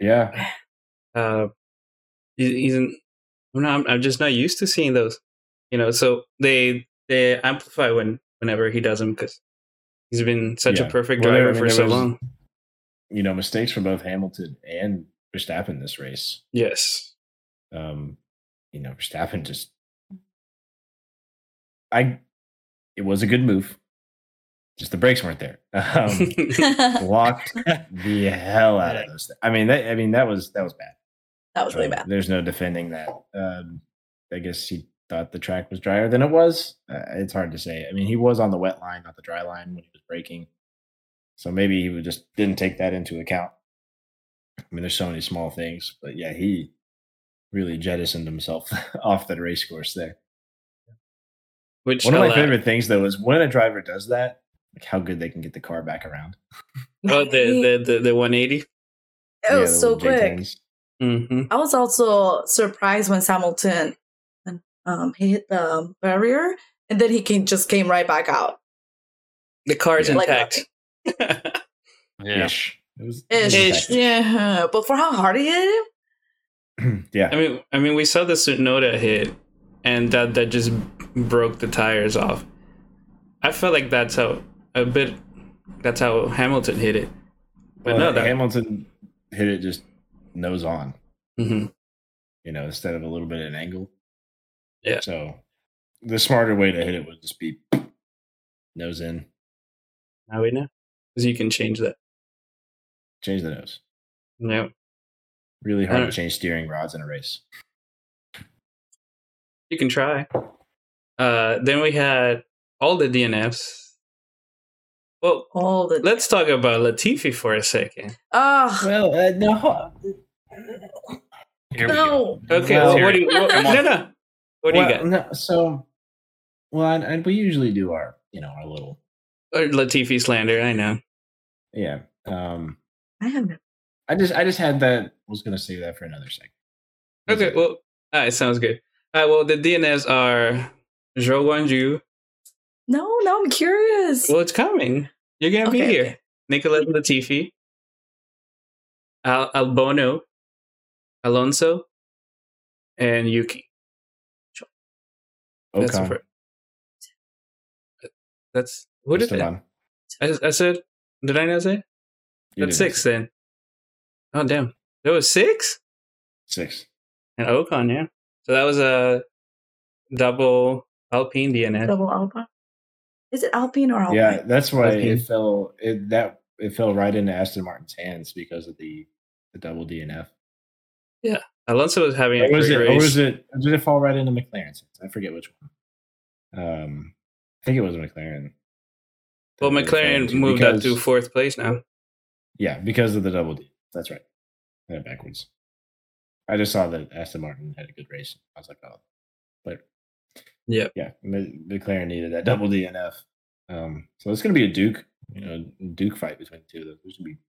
[SPEAKER 4] yeah.
[SPEAKER 1] Uh, he- he's in, I'm not. I'm just not used to seeing those. You know, so they they amplify when whenever he does them because he's been such a
[SPEAKER 4] Yeah.
[SPEAKER 1] perfect
[SPEAKER 4] Well, there-
[SPEAKER 1] driver
[SPEAKER 4] I mean,
[SPEAKER 1] for
[SPEAKER 4] there
[SPEAKER 1] so
[SPEAKER 4] was-
[SPEAKER 1] long.
[SPEAKER 4] You know, mistakes from both Hamilton and Verstappen this race.
[SPEAKER 1] Yes.
[SPEAKER 4] um, you know, Verstappen just I it was a good move. Just the brakes weren't there. Um
[SPEAKER 1] that
[SPEAKER 3] that
[SPEAKER 4] blocked the hell out of those things. I mean that I mean that was that was bad.
[SPEAKER 3] was really
[SPEAKER 4] Um,
[SPEAKER 3] bad.
[SPEAKER 4] There's no defending that. Um I guess he thought the track was drier than it was. Uh, it's hard to say. I mean, he was on the wet line, not the dry line when he was braking. So maybe he would just didn't take that into account. I mean, there's so many small things, but yeah, he really jettisoned himself off that race course there.
[SPEAKER 1] Which
[SPEAKER 4] One of my
[SPEAKER 1] allowed-
[SPEAKER 4] favorite things though is when a driver does that, like how good they can get the car back around.
[SPEAKER 1] Oh, the the the, the 180.
[SPEAKER 3] it
[SPEAKER 4] Yeah,
[SPEAKER 3] was
[SPEAKER 4] the
[SPEAKER 3] so
[SPEAKER 4] little
[SPEAKER 3] quick.
[SPEAKER 4] J10s.
[SPEAKER 1] Mm-hmm.
[SPEAKER 3] I was also surprised when Hamilton um, he hit the barrier and then he came, just came right back out.
[SPEAKER 1] The car's
[SPEAKER 4] Yeah.
[SPEAKER 3] Like
[SPEAKER 1] intact.
[SPEAKER 2] Yeah.
[SPEAKER 4] Ish. It was, it was
[SPEAKER 3] Ish.
[SPEAKER 1] Ish.
[SPEAKER 4] effective.
[SPEAKER 3] Yeah. But for how hard he hit it,
[SPEAKER 4] yeah.
[SPEAKER 1] I mean, I mean, we saw the Sunoda hit, and that that just broke the tires off. I felt like that's how a bit. That's how Hamilton hit it. But
[SPEAKER 4] Well,
[SPEAKER 1] no, that.
[SPEAKER 4] Hamilton hit it just nose on,
[SPEAKER 1] Mhm.
[SPEAKER 4] you know, instead of a little bit at an angle.
[SPEAKER 1] Yeah.
[SPEAKER 4] So the smarter way to hit it would just be nose in.
[SPEAKER 1] Now we know. mm-hmm. because you can change that.
[SPEAKER 4] Change the nose.
[SPEAKER 1] Yeah,
[SPEAKER 4] Really hard to
[SPEAKER 1] Alright.
[SPEAKER 4] change steering rods in a race.
[SPEAKER 1] you can try. Uh, then we had all the DNFs. Well,
[SPEAKER 3] All oh, the
[SPEAKER 1] let's talk about Latifi for a second.
[SPEAKER 3] oh
[SPEAKER 4] Well, uh, no.
[SPEAKER 2] Here we go.
[SPEAKER 3] no.
[SPEAKER 1] Okay,
[SPEAKER 4] Well-
[SPEAKER 1] what do you, what,
[SPEAKER 2] Come on.
[SPEAKER 1] no, no. What do you
[SPEAKER 4] well,
[SPEAKER 1] got?
[SPEAKER 4] No, so, well, and, and we usually do our, you know, our little,
[SPEAKER 1] Or Latifi slander, I know.
[SPEAKER 4] yeah. Um,
[SPEAKER 3] I have
[SPEAKER 4] I just, I just had that. Was gonna save that for another second.
[SPEAKER 1] Okay, well, all right, sounds good. All right, well, the DNFs are Zhou Guanju.
[SPEAKER 3] no. Now I'm curious.
[SPEAKER 1] Well, it's coming. You're going to be
[SPEAKER 3] Okay,
[SPEAKER 1] here.
[SPEAKER 3] okay.
[SPEAKER 1] Nicolas Latifi, Al- Albono, Alonso, and Yuki. That's the
[SPEAKER 4] Ocon,
[SPEAKER 1] fir- That's who did that?
[SPEAKER 4] Esteban,
[SPEAKER 1] I, I said, did I not say?
[SPEAKER 4] you
[SPEAKER 1] That's
[SPEAKER 4] did it.
[SPEAKER 1] six then. Oh, damn. There was six?
[SPEAKER 4] Six.
[SPEAKER 1] And Ocon, yeah. So that was a double Alpine DNF.
[SPEAKER 3] Double Alpine. Is it Alpine or Alpine?
[SPEAKER 4] Yeah, that's why
[SPEAKER 1] Okay.
[SPEAKER 4] it fell. It that it fell right into Aston Martin's hands because of the the double DNF.
[SPEAKER 1] Alonso was having a
[SPEAKER 4] Or was
[SPEAKER 1] great
[SPEAKER 4] it? Or
[SPEAKER 1] race.
[SPEAKER 4] was it? or Did it fall right into McLaren's? hands? I forget which one. Um, I think it was McLaren.
[SPEAKER 1] well,
[SPEAKER 4] That it fell
[SPEAKER 1] McLaren
[SPEAKER 4] into
[SPEAKER 1] moved up to
[SPEAKER 4] because-
[SPEAKER 1] fourth place now.
[SPEAKER 4] Yeah, because of the double D. That's right. I went backwards. I just saw that Aston Martin had a good race. I was like, oh, but
[SPEAKER 1] Yep.
[SPEAKER 4] yeah, M- McLaren needed that double DNF. Um, so it's going to be a Duke, you know, Duke fight between the two of them. There's going to be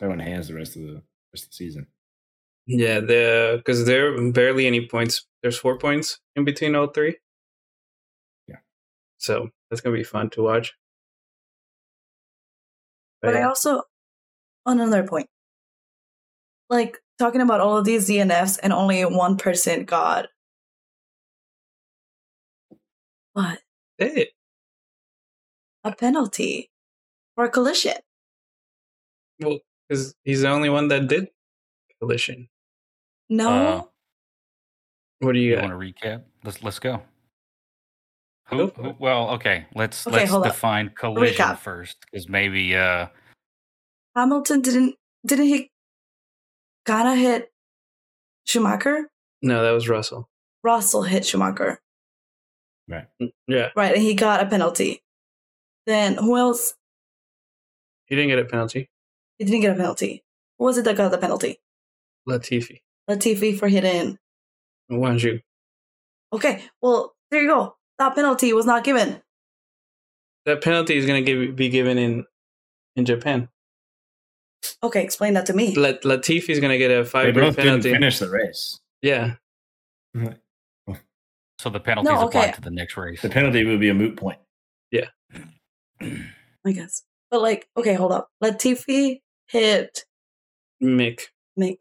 [SPEAKER 4] throwing hands the rest of the rest of the season.
[SPEAKER 1] Yeah, the because there are barely any points. There's four points in between all three.
[SPEAKER 4] Yeah.
[SPEAKER 1] So that's gonna be fun to watch.
[SPEAKER 3] But I
[SPEAKER 1] yeah.
[SPEAKER 3] also, on another point, like talking about all of these DNFs and only one person got. What?
[SPEAKER 1] Hey,
[SPEAKER 3] A penalty for a collision.
[SPEAKER 1] well, because he's the only one that did collision.
[SPEAKER 3] No.
[SPEAKER 2] Uh,
[SPEAKER 1] What do you
[SPEAKER 2] You
[SPEAKER 1] got?
[SPEAKER 2] want to recap? Let's let's go.
[SPEAKER 1] Go
[SPEAKER 2] Who,
[SPEAKER 1] for
[SPEAKER 2] who-
[SPEAKER 1] it.
[SPEAKER 2] well, okay. Let's
[SPEAKER 3] Okay,
[SPEAKER 2] let's
[SPEAKER 3] hold up.
[SPEAKER 2] define collision
[SPEAKER 3] Recap.
[SPEAKER 2] first, because maybe uh,
[SPEAKER 3] Hamilton didn't didn't he kinda hit Schumacher?
[SPEAKER 1] No, that was Russell.
[SPEAKER 3] Russell hit Schumacher.
[SPEAKER 1] Yeah,
[SPEAKER 3] Right, and he got a penalty. Then who else
[SPEAKER 1] he didn't get a penalty.
[SPEAKER 3] he didn't get a penalty? Who was it that got the penalty?
[SPEAKER 1] Latifi,
[SPEAKER 3] Latifi for hitting.
[SPEAKER 1] Wanju.
[SPEAKER 3] Okay, well, there you go. That penalty was not given.
[SPEAKER 1] That penalty is going to be given in in Japan.
[SPEAKER 3] Okay, explain that to me.
[SPEAKER 1] Lat- Latifi is going to get a
[SPEAKER 4] They
[SPEAKER 1] five point
[SPEAKER 4] both didn't
[SPEAKER 1] penalty. Mm-hmm.
[SPEAKER 4] finish the race.
[SPEAKER 1] Yeah,
[SPEAKER 2] so the penalties
[SPEAKER 3] No,
[SPEAKER 2] apply
[SPEAKER 3] okay.
[SPEAKER 2] to the next race.
[SPEAKER 4] The penalty would be a moot point.
[SPEAKER 3] I guess. But like, okay, hold up. Latifi hit
[SPEAKER 1] Mick.
[SPEAKER 3] Mick.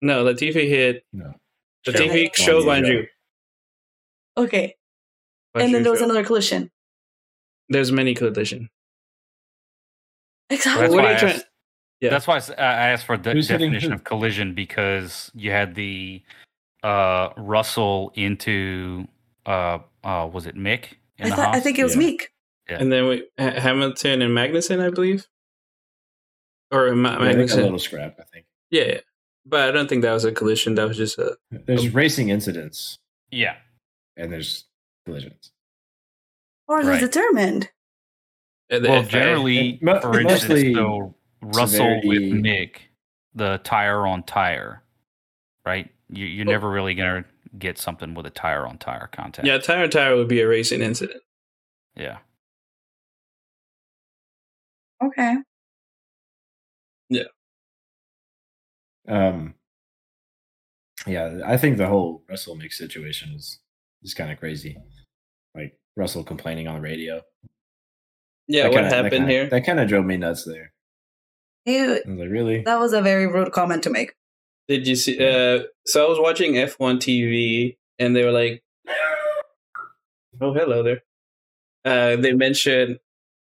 [SPEAKER 1] No, Latifi hit.
[SPEAKER 4] No.
[SPEAKER 1] Latifi
[SPEAKER 4] Show.
[SPEAKER 1] showed Wanju.
[SPEAKER 3] Okay. and then there was another collision.
[SPEAKER 1] There's many collision.
[SPEAKER 2] Well, that's,
[SPEAKER 3] Exactly.
[SPEAKER 1] What
[SPEAKER 2] why
[SPEAKER 1] are
[SPEAKER 2] I
[SPEAKER 1] you trying-
[SPEAKER 2] asked,
[SPEAKER 1] Yeah.
[SPEAKER 2] that's why I s- I I asked for the
[SPEAKER 4] Who's hitting
[SPEAKER 2] definition
[SPEAKER 4] who?
[SPEAKER 2] of collision because you had the uh, Russell into uh, uh, was it Mick? in
[SPEAKER 3] I,
[SPEAKER 2] the
[SPEAKER 3] thought, I
[SPEAKER 2] Haas?
[SPEAKER 3] think it was
[SPEAKER 4] Yeah.
[SPEAKER 3] Meek.
[SPEAKER 1] And then we Ha- Hamilton and Magnussen, I believe, or Ma-
[SPEAKER 4] Yeah, they got a
[SPEAKER 1] Magnussen.
[SPEAKER 4] little scrap, I think.
[SPEAKER 1] Yeah, yeah, but I don't think that was a collision. That was just a
[SPEAKER 4] There's racing incidents
[SPEAKER 2] yeah.
[SPEAKER 4] and there's collisions.
[SPEAKER 3] Or it was
[SPEAKER 2] Right.
[SPEAKER 3] determined.
[SPEAKER 1] uh, the
[SPEAKER 2] Well,
[SPEAKER 1] FIA.
[SPEAKER 2] generally,
[SPEAKER 4] Mo-
[SPEAKER 2] for instance,
[SPEAKER 4] mostly
[SPEAKER 2] so Russell
[SPEAKER 4] severity-
[SPEAKER 2] with Mick, the tire on tire, right? You, you're
[SPEAKER 1] Well-
[SPEAKER 2] never really gonna get something with a tire on tire contact.
[SPEAKER 1] yeah, tire and tire would be a racing incident.
[SPEAKER 2] yeah.
[SPEAKER 3] Okay.
[SPEAKER 4] Um, yeah, I think the whole Russell Mick situation is is kind of crazy. Like Russell complaining on the radio.
[SPEAKER 1] Yeah,
[SPEAKER 4] That
[SPEAKER 1] what
[SPEAKER 4] kinda- that
[SPEAKER 1] happened
[SPEAKER 4] kinda-
[SPEAKER 1] here?
[SPEAKER 4] That kind of drove me nuts. There,
[SPEAKER 3] Ew,
[SPEAKER 4] I was like, really?
[SPEAKER 3] that was a very rude comment to make.
[SPEAKER 1] Did you see? Uh, so I was watching F1 TV, and they were like, "Oh, hello there." Uh, they mentioned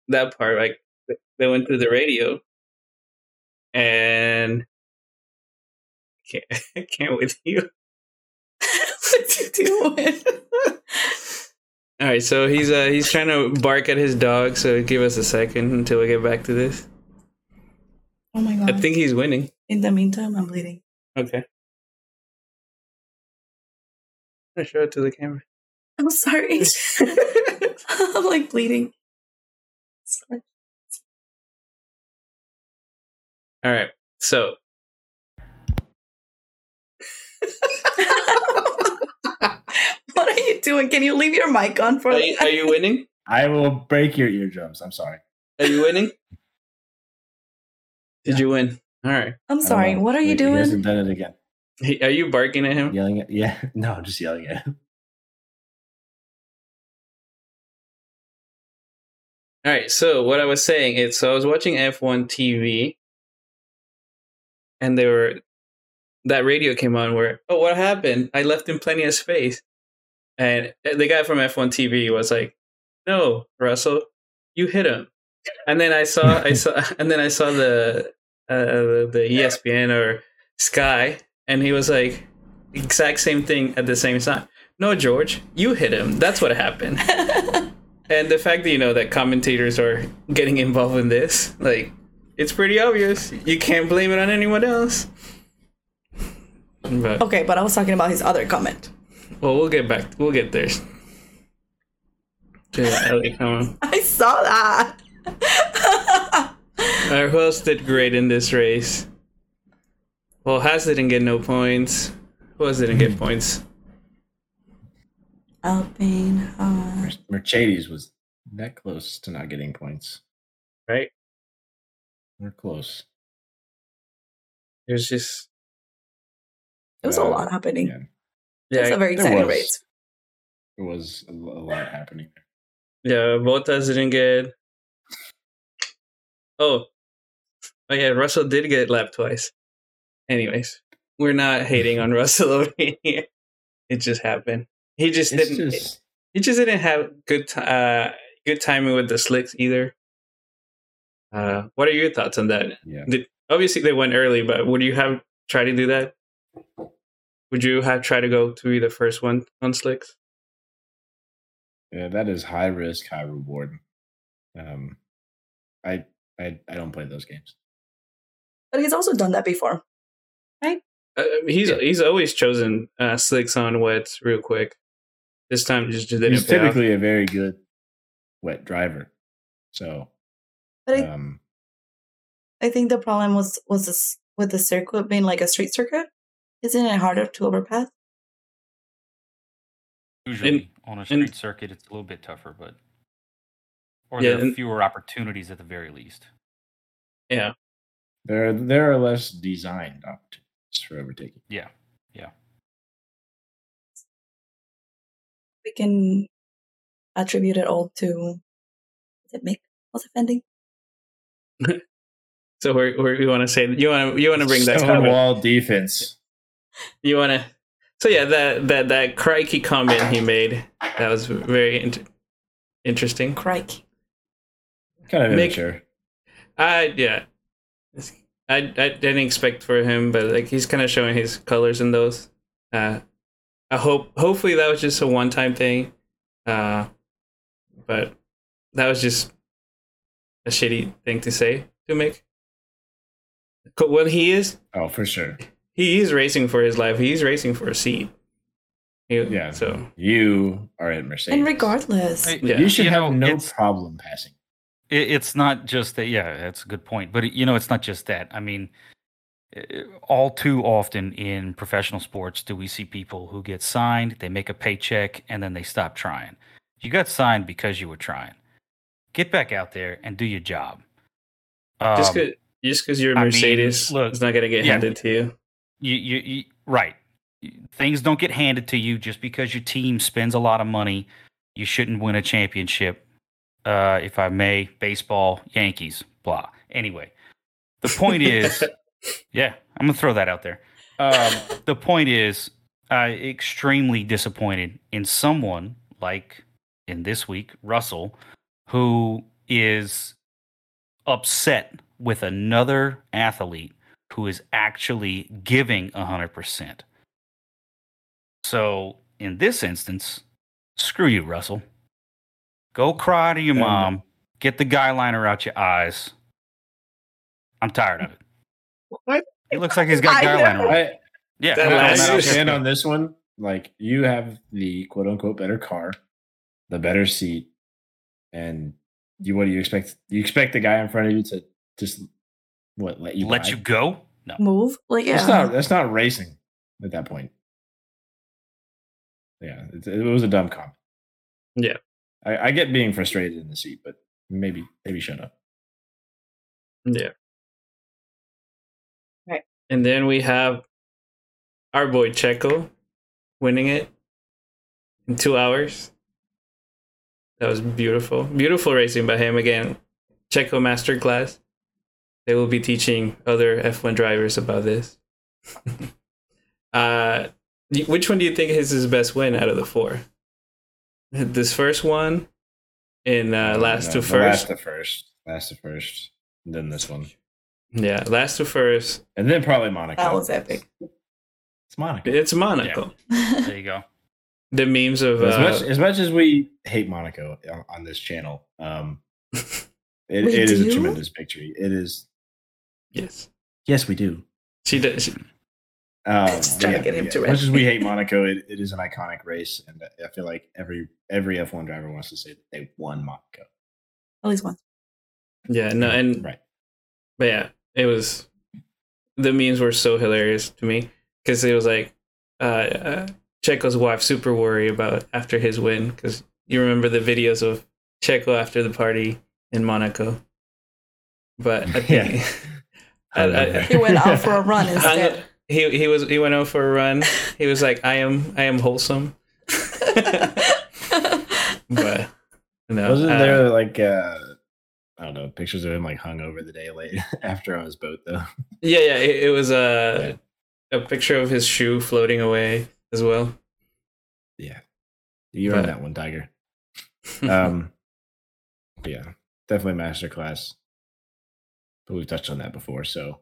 [SPEAKER 1] that part, like th- they went through the radio, and I can't, I can't with you.
[SPEAKER 3] what you doing?
[SPEAKER 1] All right, so he's uh, he's trying to bark at his dog. So give us a second until we get back to this.
[SPEAKER 3] Oh my
[SPEAKER 1] I
[SPEAKER 3] god.
[SPEAKER 1] think he's winning.
[SPEAKER 3] In the meantime, I'm bleeding.
[SPEAKER 1] Okay. I show it to the camera.
[SPEAKER 3] I'm sorry. I'm like bleeding. Sorry.
[SPEAKER 1] All right. So
[SPEAKER 3] what are you doing? Can you leave your mic on for
[SPEAKER 1] are
[SPEAKER 3] me?
[SPEAKER 1] you, are you winning?
[SPEAKER 4] I will break your eardrums. I'm sorry.
[SPEAKER 1] Are you winning? Did you win? All right.
[SPEAKER 3] I'm
[SPEAKER 4] I don't
[SPEAKER 3] sorry.
[SPEAKER 4] know.
[SPEAKER 3] What are
[SPEAKER 4] He-
[SPEAKER 3] you
[SPEAKER 4] He
[SPEAKER 3] doing?
[SPEAKER 4] hasn't done it again.
[SPEAKER 1] He, are you barking at him?
[SPEAKER 4] Yelling at yeah. No, just yelling at him.
[SPEAKER 1] All right. So what I was saying is, so I was watching F1 TV, and they were that radio came on where, oh, what happened? I left him plenty of space, and the guy from F1 TV was like, no, Russell, you hit him. And then I saw, I saw, and then I saw the uh, the ESPN or Sky, and he was like, exact same thing at the same time. No, George, you hit him. That's what happened. And the fact that you know that commentators are getting involved in this, like, it's pretty obvious. You can't blame it on anyone else. But
[SPEAKER 3] okay, but I was talking about his other comment.
[SPEAKER 1] well, we'll get back. We'll get there. To the LA comment.
[SPEAKER 3] I saw that.
[SPEAKER 1] All right, who else did great in this race? Well, Haas didn't get no points. Who else didn't get points?
[SPEAKER 3] Alpine. Uh,
[SPEAKER 4] Mer- Mercedes was that close to not getting points.
[SPEAKER 1] Right?
[SPEAKER 4] We're close.
[SPEAKER 1] It was just
[SPEAKER 3] it was a
[SPEAKER 4] Uh,
[SPEAKER 3] lot happening.
[SPEAKER 4] yeah.
[SPEAKER 3] It was a
[SPEAKER 1] yeah,
[SPEAKER 3] very
[SPEAKER 4] There
[SPEAKER 3] exciting
[SPEAKER 4] was.
[SPEAKER 3] race.
[SPEAKER 4] There was a, lo- a lot happening.
[SPEAKER 1] yeah. Bottas didn't get. Oh, oh yeah. Russell did get lapped twice. Anyways, we're not hating on Russell over here. It just happened. He just
[SPEAKER 4] It's
[SPEAKER 1] didn't.
[SPEAKER 4] just
[SPEAKER 1] he just didn't have good ti uh good timing with the slicks either. Uh, what are your thoughts on that?
[SPEAKER 4] yeah.
[SPEAKER 1] Obviously, they went early, but would you have tried to do that? Would you have tried to go to be the first one on slicks?
[SPEAKER 4] Yeah, that is high risk, high reward. Um, I I I don't play those games.
[SPEAKER 3] But he's also done that before.
[SPEAKER 1] Uh, he's
[SPEAKER 4] Yeah.
[SPEAKER 1] he's always chosen uh, slicks on wets real quick. This time just didn't
[SPEAKER 4] He's
[SPEAKER 1] pay off.
[SPEAKER 4] typically a very good wet driver. So
[SPEAKER 3] But I,
[SPEAKER 4] um,
[SPEAKER 3] I think the problem was was this with the circuit being like a street circuit. Isn't it harder to overpass?
[SPEAKER 2] Usually on a
[SPEAKER 1] and-
[SPEAKER 2] street circuit, it's a little bit tougher, but or
[SPEAKER 1] Yeah,
[SPEAKER 2] there are
[SPEAKER 1] and-
[SPEAKER 2] fewer opportunities at the very least.
[SPEAKER 4] there are, there are less designed opportunities for overtaking.
[SPEAKER 3] We can attribute it all to is it Mick? Was offending?
[SPEAKER 1] So we we want to say you want to you want to bring that comment.
[SPEAKER 4] Stonewall defense.
[SPEAKER 1] You want to. So yeah, that that that crikey comment he made that was very int- interesting.
[SPEAKER 3] Crikey.
[SPEAKER 4] Kind of
[SPEAKER 1] Make-
[SPEAKER 4] immature.
[SPEAKER 1] I yeah, I I didn't expect for him, but like he's kind of showing his colors in those. Uh, I hope hopefully that was just a one time thing, uh, but that was just a shitty thing to say to Mick. 'Cause When he is
[SPEAKER 4] Oh, for sure.
[SPEAKER 1] he is racing for his life, he's racing for a seat. He-
[SPEAKER 4] Yeah.
[SPEAKER 1] So
[SPEAKER 4] You are at Mercedes.
[SPEAKER 3] And regardless,
[SPEAKER 2] Hey,
[SPEAKER 1] Yeah.
[SPEAKER 4] you should
[SPEAKER 2] know,
[SPEAKER 4] have no
[SPEAKER 2] it's-
[SPEAKER 4] problem passing.
[SPEAKER 2] it, it's not just that yeah that's a good point but you know it's not just that i mean eh, all too often in professional sports do we see people who get signed they make a paycheck and then they stop trying you got signed because you were trying get back out there and do your job
[SPEAKER 1] just
[SPEAKER 2] Um,
[SPEAKER 1] cause, just because you're a
[SPEAKER 2] I mean,
[SPEAKER 1] Mercedes,
[SPEAKER 2] look,
[SPEAKER 1] it's not gonna get
[SPEAKER 2] yeah.
[SPEAKER 1] handed to you.
[SPEAKER 2] you, you, you right Y- things don't get handed to you just because your team spends a lot of money you shouldn't win a championship uh, if i may baseball yankees blah anyway the point is yeah i'm gonna throw that out there um, the point is i extremely disappointed in someone like in this week russell who is upset with another athlete who is actually giving 100%. So in this instance, screw you, Russell. Go cry to your
[SPEAKER 4] And-
[SPEAKER 2] mom, get the guy liner out your eyes, I'm tired of it.
[SPEAKER 1] What?
[SPEAKER 2] He looks like he's got
[SPEAKER 3] I
[SPEAKER 2] guyliner
[SPEAKER 3] know.
[SPEAKER 1] Oh.
[SPEAKER 2] on.
[SPEAKER 4] I,
[SPEAKER 2] Yeah,
[SPEAKER 1] That
[SPEAKER 4] I
[SPEAKER 2] no,
[SPEAKER 1] last-
[SPEAKER 2] no, no,
[SPEAKER 4] understand
[SPEAKER 2] okay.
[SPEAKER 4] on this one. Like you have the quote unquote better car, the better seat, and you what do you expect? You expect the guy in front of you to just what let you
[SPEAKER 2] let
[SPEAKER 4] by?
[SPEAKER 2] you go? No,
[SPEAKER 3] move. Like yeah,
[SPEAKER 4] That's not that's not racing at that point. Yeah, it, it was a dumb comment.
[SPEAKER 1] Yeah.
[SPEAKER 4] I, I get being frustrated in the seat, but maybe maybe shut up.
[SPEAKER 1] Yeah.
[SPEAKER 3] Right.
[SPEAKER 1] And then we have our boy Checo winning it in two hours. That was beautiful. Beautiful racing by him again. Checo Masterclass. They will be teaching other F1 drivers about this. uh, y- which one do you think is his best win out of the four? This first one and uh, last
[SPEAKER 4] No,
[SPEAKER 1] to
[SPEAKER 4] the
[SPEAKER 1] first.
[SPEAKER 4] last to first, last to first, and then this one,
[SPEAKER 1] yeah, last to first.
[SPEAKER 4] and then probably Monaco.
[SPEAKER 3] that was epic.
[SPEAKER 4] It's Monaco.
[SPEAKER 1] It's Monaco.
[SPEAKER 2] there you go.
[SPEAKER 1] The memes of
[SPEAKER 4] as
[SPEAKER 1] uh,
[SPEAKER 4] much as much as we hate Monaco on, on this channel, um, it,
[SPEAKER 3] We
[SPEAKER 4] it is a
[SPEAKER 3] do?
[SPEAKER 4] tremendous victory. It is.
[SPEAKER 1] yes,
[SPEAKER 4] Yes, we do.
[SPEAKER 1] she does. She,
[SPEAKER 4] Um,
[SPEAKER 3] Just trying to get him to
[SPEAKER 4] As
[SPEAKER 3] it.
[SPEAKER 4] much as we hate Monaco, it, it is an iconic race, and I feel like every every F one driver wants to say that they won Monaco.
[SPEAKER 3] At least once.
[SPEAKER 1] yeah, no, and
[SPEAKER 4] right,
[SPEAKER 1] but yeah, it was. The memes were so hilarious to me because it was like uh, uh, Checo's wife super worried about after his win because you remember the videos of Checo after the party in Monaco. But I think
[SPEAKER 4] Yeah.
[SPEAKER 1] I- I-
[SPEAKER 4] Um,
[SPEAKER 3] He went out for a run
[SPEAKER 1] hung-
[SPEAKER 3] instead.
[SPEAKER 1] he he was he went out for a run. He was like, "I am I am wholesome," but no,
[SPEAKER 4] Wasn't
[SPEAKER 1] uh,
[SPEAKER 4] there like uh, I don't know pictures of him like hung over the day late after on his boat though?
[SPEAKER 1] Yeah, yeah, it, it was a a picture of his shoe floating away as well.
[SPEAKER 4] You earned
[SPEAKER 1] But-
[SPEAKER 4] that one, Tiger. Um, but yeah, definitely masterclass. But we've touched on that before, so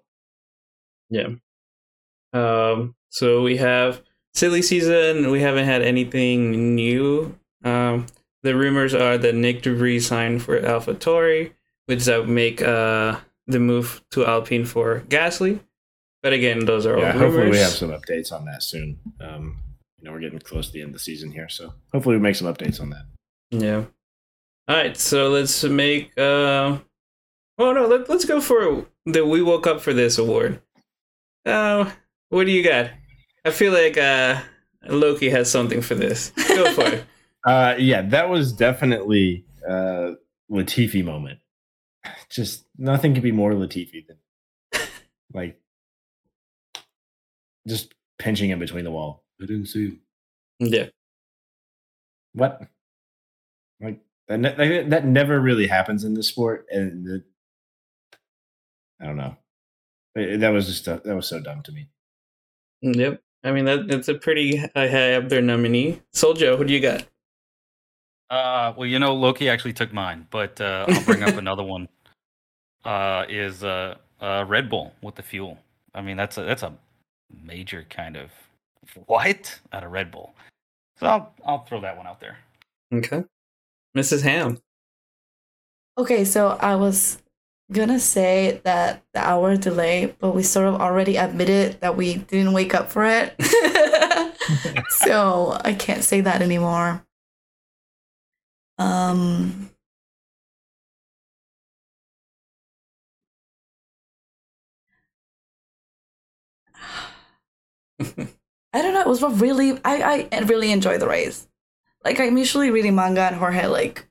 [SPEAKER 1] Um, so we have silly season. We haven't had anything new. Um, the rumors are that Nick DeVries signed for AlphaTauri, which that would make uh the move to Alpine for Gasly. But again, those are
[SPEAKER 4] yeah,
[SPEAKER 1] all
[SPEAKER 4] hopefully
[SPEAKER 1] rumors.
[SPEAKER 4] we have some updates on that soon. Um, you know, we're getting close to the end of the season here, so hopefully we make some updates on that.
[SPEAKER 1] Yeah. All right, so let's make. Uh, oh no, let, let's go for the "We Woke Up for This" award. Uh, what do you got? I feel like uh, Loki has something for this. Go for it.
[SPEAKER 4] Uh, yeah, that was definitely uh Latifi moment. Just nothing could be more Latifi than like just pinching him between the wall. I didn't see him.
[SPEAKER 1] Yeah,
[SPEAKER 4] What? Like that, ne- that, that never really happens in this sport, and the, I don't know. It- that was just uh, that was so dumb to me.
[SPEAKER 1] yep. I mean that that's a pretty high high up there nominee. Soljo, what do you got?
[SPEAKER 2] Uh, well, you know, Loki actually took mine, but uh, I'll bring up another one. Uh, is uh, uh, Red Bull with the fuel? I mean, that's a that's a major kind of what out of Red Bull. So I'll I'll throw that one out there.
[SPEAKER 1] Okay, Mrs. Ham.
[SPEAKER 3] Okay, so I was gonna say that the hour delay, but we sort of already admitted that we didn't wake up for it. so I can't say that anymore. Um I don't know, it was what really I, I really enjoyed the race. Like I'm usually reading manga and Jorge like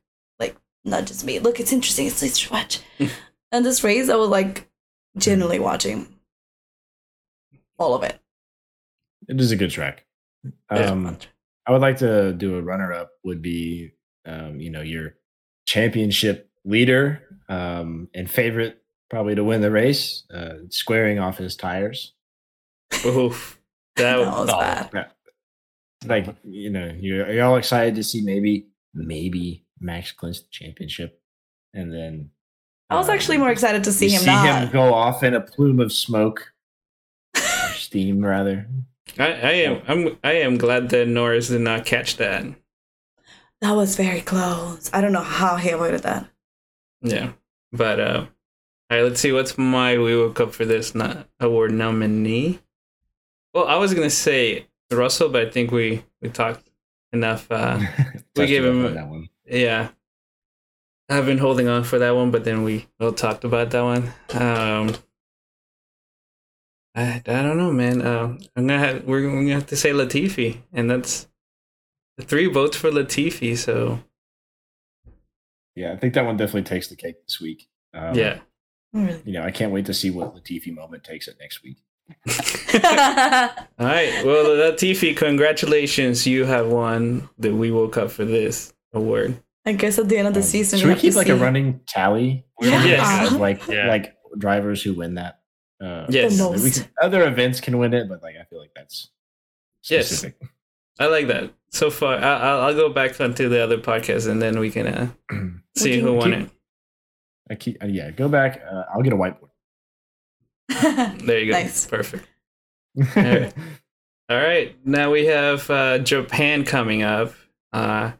[SPEAKER 3] not just me. Look, it's interesting. It's nice to watch. and this race, I was like genuinely watching all of it.
[SPEAKER 4] It is a good track. Um, I would like to do a runner up would be um, you know, your championship leader um and favorite probably to win the race, uh squaring off his tires.
[SPEAKER 1] Oof, that
[SPEAKER 3] that
[SPEAKER 1] was
[SPEAKER 3] was
[SPEAKER 2] no.
[SPEAKER 3] bad.
[SPEAKER 4] Like, you know, you're, you're all excited to see maybe maybe Max clinch the championship and then
[SPEAKER 3] I was
[SPEAKER 4] uh,
[SPEAKER 3] actually more excited to see
[SPEAKER 4] you
[SPEAKER 3] him not.
[SPEAKER 4] go off in a plume of smoke or steam rather.
[SPEAKER 1] I, I am I'm I am glad that Norris did not catch that.
[SPEAKER 3] That was very close. I don't know how he avoided that.
[SPEAKER 1] Yeah, but uh, All right, let's see. What's my We Woke Up for this not award nominee? Well, I was gonna say Russell, but I think we we talked enough. Uh,
[SPEAKER 4] Touched
[SPEAKER 1] gave
[SPEAKER 4] up
[SPEAKER 1] him-
[SPEAKER 4] on that one.
[SPEAKER 1] yeah, I've been holding on for that one, but then we all talked about that one. Um, I I don't know, man. Um, I'm gonna have we're gonna have to say Latifi, and that's the three votes for Latifi. So
[SPEAKER 4] Yeah, I think that one definitely takes the cake this week. Um,
[SPEAKER 1] yeah,
[SPEAKER 3] Really.
[SPEAKER 4] You know, I can't wait to see what Latifi moment takes it next week.
[SPEAKER 1] All right. Well, Latifi, congratulations. You have won the We Woke Up for This award.
[SPEAKER 3] I guess at the end of the
[SPEAKER 4] Um,
[SPEAKER 3] season,
[SPEAKER 4] should we
[SPEAKER 3] have to
[SPEAKER 4] keep like a
[SPEAKER 3] see
[SPEAKER 4] running tally?
[SPEAKER 2] We're-
[SPEAKER 1] Yes.
[SPEAKER 4] of, like
[SPEAKER 2] Yeah.
[SPEAKER 4] like drivers who win that. Uh,
[SPEAKER 3] the
[SPEAKER 1] Yes.
[SPEAKER 4] we
[SPEAKER 3] most.
[SPEAKER 4] can- other events can win it, but like I feel like that's
[SPEAKER 1] Yes.
[SPEAKER 4] specific.
[SPEAKER 1] I like that. So far, I- I'll, I'll go back onto the other podcast and then we can uh, see
[SPEAKER 3] We can
[SPEAKER 1] who won
[SPEAKER 4] keep-
[SPEAKER 1] it.
[SPEAKER 4] I keep, uh, yeah, go back. Uh, I'll get a whiteboard.
[SPEAKER 1] There you go.
[SPEAKER 3] Nice.
[SPEAKER 1] Perfect. right. All right. Now we have uh, Japan coming up. Uh,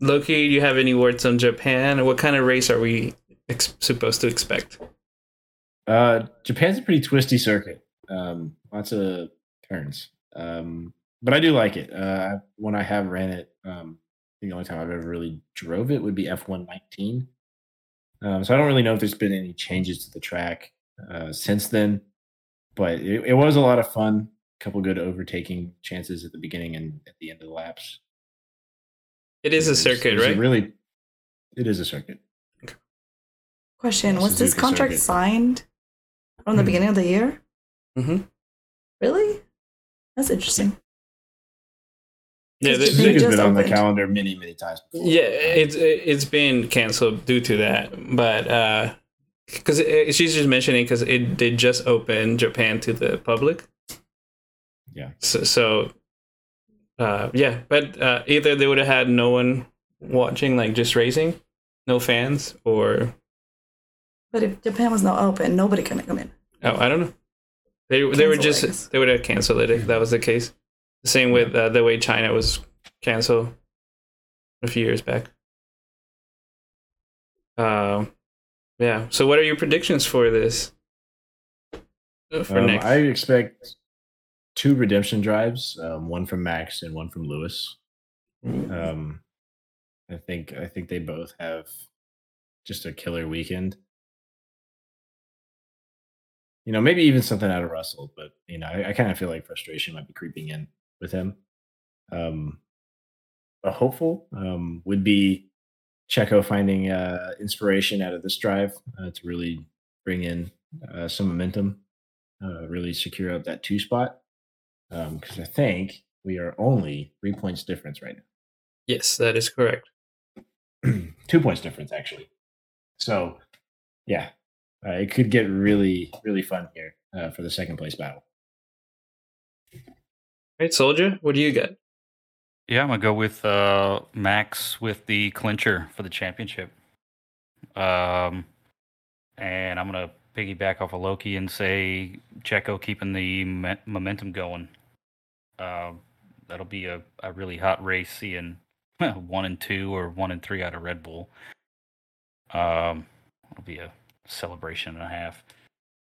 [SPEAKER 1] Loki, do you have any words on Japan? What kind of race are we ex- supposed to expect?
[SPEAKER 4] Uh, Japan's a pretty twisty circuit. Um, lots of turns. Um, but I do like it. Uh, when I have ran it, um, I think the only time I've ever really drove it would be F one nineteen. Um, so I don't really know if there's been any changes to the track uh, since then, but it, it was a lot of fun. A couple good overtaking chances at the beginning and at the end of the laps.
[SPEAKER 1] It is a
[SPEAKER 4] There's-
[SPEAKER 1] circuit,
[SPEAKER 4] there's a
[SPEAKER 1] right?
[SPEAKER 4] really, it is a circuit.
[SPEAKER 3] Question: Was this
[SPEAKER 4] Suzuki
[SPEAKER 3] contract
[SPEAKER 4] circuit.
[SPEAKER 3] signed from the
[SPEAKER 1] Mhm.
[SPEAKER 3] beginning of the year?
[SPEAKER 4] Mm-hmm.
[SPEAKER 1] hmm
[SPEAKER 3] Really? That's interesting.
[SPEAKER 1] Yeah,
[SPEAKER 3] It's
[SPEAKER 1] they-
[SPEAKER 3] Japan.
[SPEAKER 1] they-
[SPEAKER 4] Suzuki's been
[SPEAKER 3] just
[SPEAKER 4] on the
[SPEAKER 3] opened.
[SPEAKER 4] calendar many, many times. Before.
[SPEAKER 1] yeah
[SPEAKER 4] Um,
[SPEAKER 1] it's it's been canceled due to that but uh because she's just mentioning because it did just open japan to the public
[SPEAKER 4] Yeah.
[SPEAKER 1] so, so uh yeah but uh either they would have had no one watching like just racing no fans or
[SPEAKER 3] But if Japan was not open, nobody can come in.
[SPEAKER 1] oh i don't know they, they were
[SPEAKER 3] Cancel
[SPEAKER 1] just
[SPEAKER 3] legs.
[SPEAKER 1] they would have canceled it if that was the case the same with uh, the way china was canceled a few years back um yeah so what are your predictions for this Uh, for
[SPEAKER 4] Um,
[SPEAKER 1] next
[SPEAKER 4] I expect two redemption drives, um, one from Max and one from Lewis. Um, I think I think they both have just a killer weekend. You know, maybe even something out of Russell, but you know, I, I kind of feel like frustration might be creeping in with him. Um, a hopeful um, would be Checo finding uh, inspiration out of this drive uh, to really bring in uh, some momentum uh, really secure up that two spot because I think we are only three points difference right
[SPEAKER 1] yes that is correct
[SPEAKER 4] now, two points difference actually. So, yeah, uh, it could get really really fun here uh, for the second place battle.
[SPEAKER 1] all right soldier what do you got
[SPEAKER 2] Yeah, I'm gonna go with uh, Max with the clincher for the championship. Um, and I'm gonna piggyback off of Loki and say Checo keeping the me- momentum going. Uh, that'll be a, a really hot race, seeing one and two or one and three out of Red Bull. Um, it'll be a celebration and a half.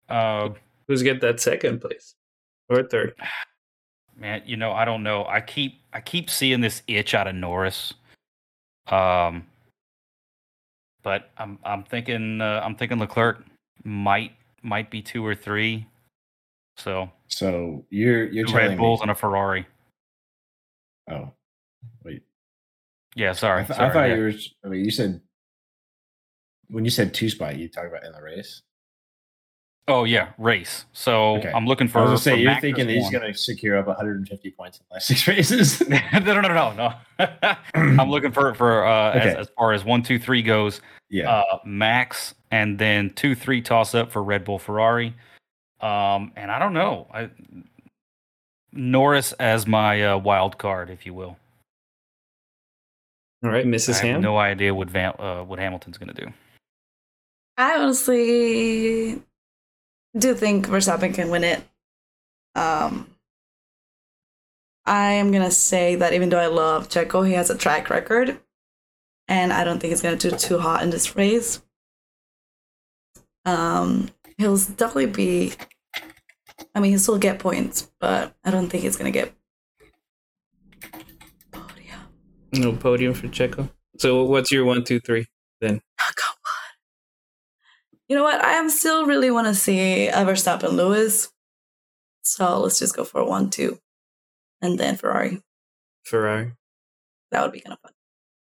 [SPEAKER 2] Um,
[SPEAKER 1] who's get that second place or third
[SPEAKER 2] Man, you know, I don't know. I keep I keep seeing this itch out of Norris. Um but I'm I'm thinking uh, I'm thinking Leclerc might might be 2 or 3. So,
[SPEAKER 4] So you're you're
[SPEAKER 2] two
[SPEAKER 4] telling
[SPEAKER 2] Red Bulls
[SPEAKER 4] me?
[SPEAKER 2] and a Ferrari.
[SPEAKER 4] Oh, wait.
[SPEAKER 2] Yeah,
[SPEAKER 4] I,
[SPEAKER 2] sorry.
[SPEAKER 4] th-
[SPEAKER 2] sorry,
[SPEAKER 4] I thought
[SPEAKER 2] yeah.
[SPEAKER 4] you were. I mean, you said when you said two spot, you talk about in the race.
[SPEAKER 2] Oh yeah, race. So,
[SPEAKER 4] Okay.
[SPEAKER 2] I'm looking for
[SPEAKER 4] I was gonna
[SPEAKER 2] for
[SPEAKER 4] say you're
[SPEAKER 2] Max as
[SPEAKER 4] thinking that he's
[SPEAKER 2] one.
[SPEAKER 4] gonna secure up 150 points in the last six races.
[SPEAKER 2] no, no, no, no, no. I'm looking for for uh, as,
[SPEAKER 4] Okay.
[SPEAKER 2] as far as one, two, three goes.
[SPEAKER 4] yeah.
[SPEAKER 2] uh, Max, and then two three toss up for Red Bull Ferrari. Um, and I don't know, I, Norris as my uh, wild card, if you will.
[SPEAKER 1] all right
[SPEAKER 2] I
[SPEAKER 1] mrs
[SPEAKER 2] have
[SPEAKER 1] ham
[SPEAKER 2] no idea what Van, uh, what Hamilton's going to do.
[SPEAKER 3] I honestly do think Verstappen can win it. Um, I am gonna say that even though I love Checo, he has a track record, and I don't think he's gonna do too hot in this race. Um, he'll definitely be. I mean, he'll still get points, but I don't think he's gonna get. Podium.
[SPEAKER 1] No podium for Checo. So what's your one, two, three then?
[SPEAKER 3] Knock on wood. You know what? I am still really want to see Verstappen Lewis. So let's just go for one, two, and then Ferrari.
[SPEAKER 1] Ferrari.
[SPEAKER 3] That would be kind of fun.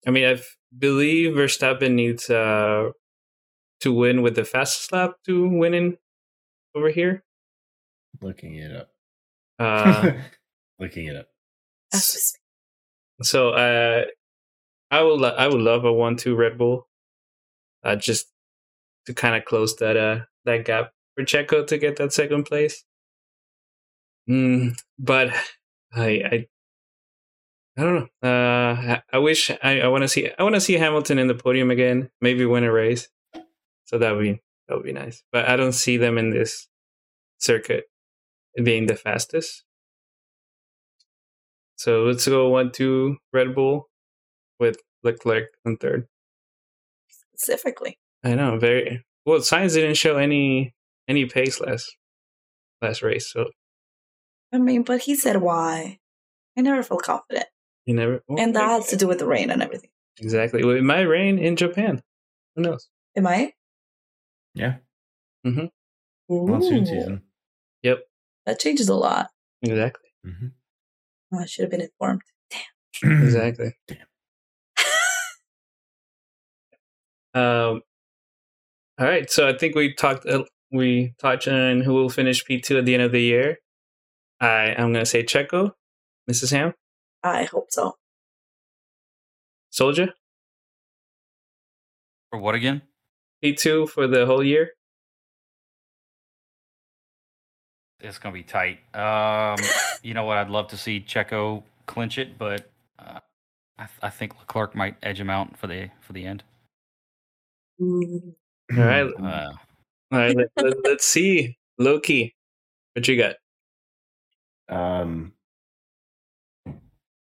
[SPEAKER 1] I mean, I f- believe Verstappen needs uh, to win with the fastest lap to winning over here.
[SPEAKER 4] Looking it up.
[SPEAKER 1] Uh,
[SPEAKER 4] Looking it up.
[SPEAKER 3] That's just-
[SPEAKER 1] so uh, I would lo- I would love a one-two Red Bull, uh, just to kind of close that uh that gap for Checo to get that second place. Mm, but I I I don't know. Uh, I, I wish I, I want to see I want to see Hamilton in the podium again. Maybe win a race. So that would be that would be nice. But I don't see them in this circuit being the fastest. So let's go one two Red Bull with Leclerc in third.
[SPEAKER 3] specifically.
[SPEAKER 1] I know very well. Science didn't show any any pace last last race, so
[SPEAKER 3] I mean, but he said why. I never felt confident,
[SPEAKER 1] you never. well,
[SPEAKER 3] and that has to do with the rain and everything.
[SPEAKER 1] exactly. Well, it might rain in Japan. Who knows?
[SPEAKER 3] Am I?
[SPEAKER 4] Yeah.
[SPEAKER 3] Ooh,
[SPEAKER 4] Monsoon season.
[SPEAKER 3] That changes a lot.
[SPEAKER 1] Exactly.
[SPEAKER 3] Oh, I should have been informed.
[SPEAKER 1] Exactly. Um. All right, so I think we talked. Uh, we touched on who will finish P two at the end of the year. I I'm gonna say Checo, Mrs. Ham,
[SPEAKER 3] I hope so.
[SPEAKER 1] Soldier,
[SPEAKER 2] For what again?
[SPEAKER 1] P two for the whole year.
[SPEAKER 2] It's gonna be tight. Um, you know what? I'd love to see Checo clinch it, but uh, I, th- I think Leclerc might edge him out for the for the end.
[SPEAKER 3] Mm,
[SPEAKER 4] Hmm.
[SPEAKER 1] All right,
[SPEAKER 2] Uh,
[SPEAKER 1] All right, let, let, let's see. Loki, what you got?
[SPEAKER 4] Um,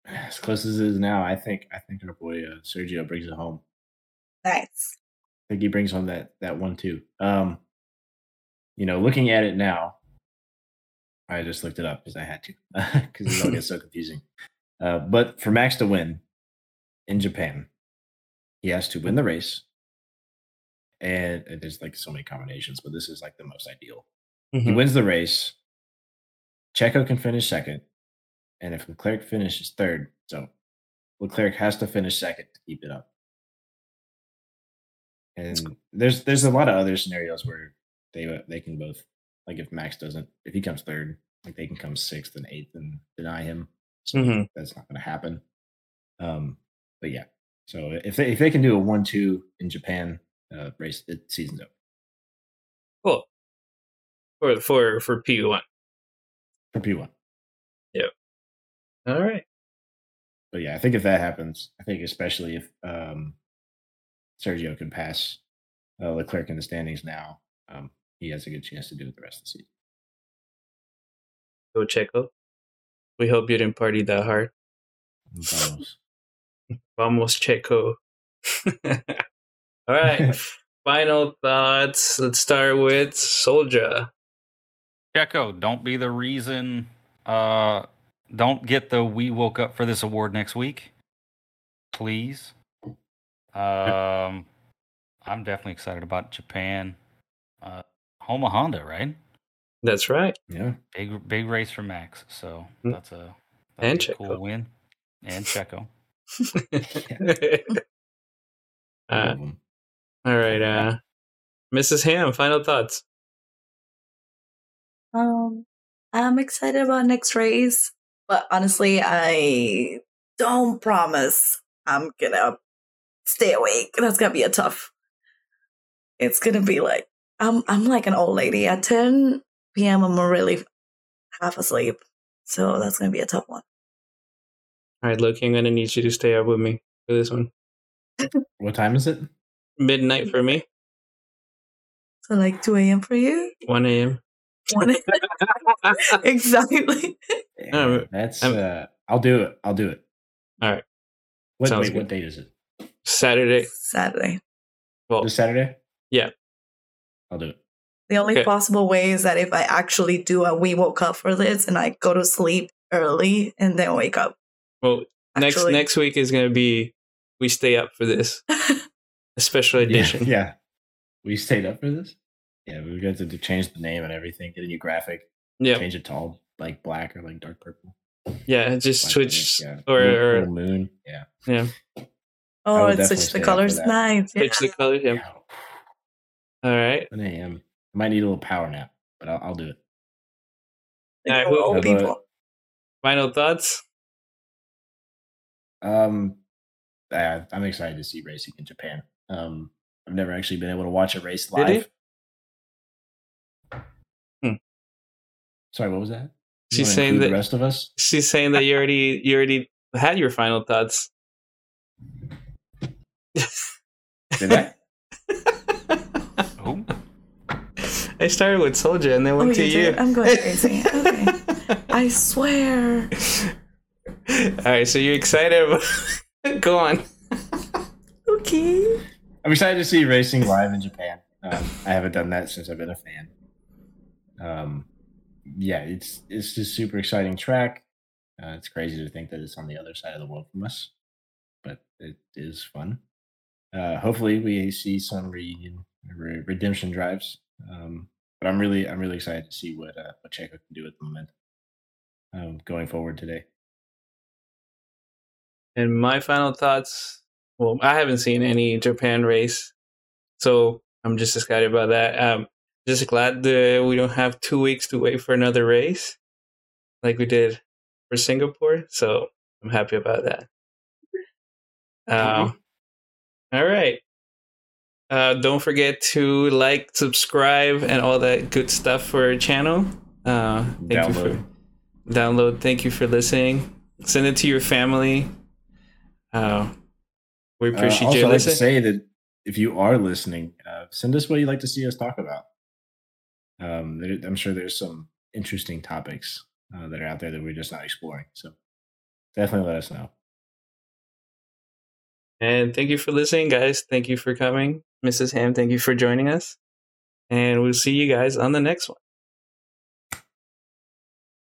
[SPEAKER 4] as close as it is now, I think I think our boy uh, Sergio brings it home.
[SPEAKER 3] Nice.
[SPEAKER 4] I think he brings home that that one too. Um, you know, looking at it now, I just looked it up because I had to because it all gets so confusing. Uh, but for Max to win in Japan, he has to win the race, and, and there's like so many combinations, but this is like the most ideal.
[SPEAKER 1] Hmm.
[SPEAKER 4] He wins the race. Checo can finish second. And if Leclerc finishes third, so Leclerc has to finish second to keep it up. And there's there's a lot of other scenarios where they they can both like if Max doesn't if he comes third, like they can come sixth and eighth and deny him. So
[SPEAKER 1] Mhm.
[SPEAKER 4] that's not going to happen. Um, but yeah, so if they if they can do a one two in Japan uh, race, it season's over
[SPEAKER 1] Cool. For for for P one.
[SPEAKER 4] for P one.
[SPEAKER 1] All right.
[SPEAKER 4] but yeah, I think if that happens, I think especially if um, Sergio can pass uh, Leclerc in the standings now, um, he has a good chance to do it the rest of the season.
[SPEAKER 1] Go Checo. We hope you didn't party that hard.
[SPEAKER 4] And finals.
[SPEAKER 1] Vamos Checo. All right. Final thoughts. Let's start with Soldier.
[SPEAKER 2] Checo, don't be the reason. Uh, don't get the "We woke up for this award next week," please. Um, I'm definitely excited about Japan. Uh, home of Honda, right?
[SPEAKER 1] That's right.
[SPEAKER 4] yeah,
[SPEAKER 2] Big big race for Max, so
[SPEAKER 1] Mm.
[SPEAKER 2] that's a, that'd
[SPEAKER 1] And
[SPEAKER 2] be a
[SPEAKER 1] Checo.
[SPEAKER 2] cool win. And Checo,
[SPEAKER 1] uh,
[SPEAKER 4] both of 'em.
[SPEAKER 1] all right. Uh, Mrs. Ham, final thoughts.
[SPEAKER 3] Um, I'm excited about next race, but honestly, I don't promise I'm gonna stay awake. That's gonna be a tough. It's gonna be like I'm. I'm like an old lady at 10 p.m. I'm really half asleep, so that's gonna be a tough one.
[SPEAKER 1] All right, Loki, I'm going to need you to stay up with me for this one.
[SPEAKER 4] what time is it?
[SPEAKER 1] Midnight for me,
[SPEAKER 3] So like 2 a.m. for you.
[SPEAKER 1] 1 a.m.
[SPEAKER 3] One- exactly.
[SPEAKER 1] No,
[SPEAKER 4] Yeah, that's.
[SPEAKER 1] I'm-
[SPEAKER 4] uh, I'll do it. I'll do it.
[SPEAKER 1] All right.
[SPEAKER 4] What,
[SPEAKER 1] Sounds
[SPEAKER 4] wait,
[SPEAKER 1] good.
[SPEAKER 4] what date is it?
[SPEAKER 1] Saturday.
[SPEAKER 3] Saturday.
[SPEAKER 1] Well,
[SPEAKER 4] This Saturday.
[SPEAKER 1] Oh. Yeah.
[SPEAKER 4] I'll do it.
[SPEAKER 3] The only
[SPEAKER 1] Okay.
[SPEAKER 3] possible way is that if I actually do a we woke up for this and I go to sleep early and then wake up.
[SPEAKER 1] Well, next
[SPEAKER 3] Actually.
[SPEAKER 1] next week is going to be we stay up for this a special
[SPEAKER 4] Yeah,
[SPEAKER 1] edition.
[SPEAKER 4] yeah. We stayed up for this? Yeah, we were going to, have to change the name and everything, get a new graphic,
[SPEAKER 1] yeah,
[SPEAKER 4] change it to all like black or like dark purple.
[SPEAKER 1] yeah, Just
[SPEAKER 4] Black
[SPEAKER 1] switch
[SPEAKER 4] image, yeah.
[SPEAKER 1] or,
[SPEAKER 4] Blue-
[SPEAKER 1] or
[SPEAKER 4] blue uh, moon. Yeah.
[SPEAKER 3] Oh,
[SPEAKER 4] would
[SPEAKER 3] it's
[SPEAKER 4] definitely
[SPEAKER 3] switch the
[SPEAKER 4] stay up for
[SPEAKER 3] colors.
[SPEAKER 4] that.
[SPEAKER 3] Nice. Yeah.
[SPEAKER 1] switch the color. Yeah. All right.
[SPEAKER 4] 1 a.m. I might need a little power nap, but I'll, I'll do it.
[SPEAKER 3] Like,
[SPEAKER 1] Alright, we'll-
[SPEAKER 3] old
[SPEAKER 4] Have a-
[SPEAKER 3] people.
[SPEAKER 1] Final thoughts.
[SPEAKER 4] Um, I, I'm excited to see racing in Japan. Um, I've never actually been able to watch a race
[SPEAKER 1] Did it?
[SPEAKER 4] live.
[SPEAKER 1] Hmm.
[SPEAKER 4] Sorry, what was that? You
[SPEAKER 1] She's
[SPEAKER 4] wanna
[SPEAKER 1] saying
[SPEAKER 4] include
[SPEAKER 1] that
[SPEAKER 4] the rest of us.
[SPEAKER 1] she's saying that you already you already had your final thoughts.
[SPEAKER 4] Did I?
[SPEAKER 2] Oh,
[SPEAKER 1] I started with Soldier and then
[SPEAKER 3] Oh,
[SPEAKER 1] went
[SPEAKER 3] you
[SPEAKER 1] to you.
[SPEAKER 3] did. I'm going crazy. Okay. I swear.
[SPEAKER 1] All right, so you're excited about go on.
[SPEAKER 3] Okay.
[SPEAKER 4] I'm excited to see racing live in Japan. Um, I haven't done that since I've been a fan. Um, yeah, it's it's just super exciting track. Uh, it's crazy to think that it's on the other side of the world from us, but it is fun. Uh, hopefully, we see some reunion re- redemption drives. Um, but I'm really I'm really excited to see what uh, what Checo can do with the momentum um, going forward today.
[SPEAKER 1] And my final thoughts. Well, I haven't seen any Japan race, so I'm just excited about that. Um, just glad that we don't have two weeks to wait for another race, like we did for Singapore. So I'm happy about that. Um, all right. Uh, don't forget to like, subscribe, and all that good stuff for our channel. Uh, thank you for
[SPEAKER 4] Download.
[SPEAKER 1] download. Thank you for listening. Send it to your family. Uh, we
[SPEAKER 4] Uh,
[SPEAKER 1] appreciate
[SPEAKER 4] also,
[SPEAKER 1] you
[SPEAKER 4] I'd like to
[SPEAKER 1] listening.
[SPEAKER 4] say that if you are listening, uh, send us what you'd like to see us talk about. Um, there, I'm sure there's some interesting topics uh, that are out there that we're just not exploring. So definitely let us know.
[SPEAKER 1] and thank you for listening, guys. Thank you for coming. Mrs. Ham, thank you for joining us. And we'll see you guys on the next one.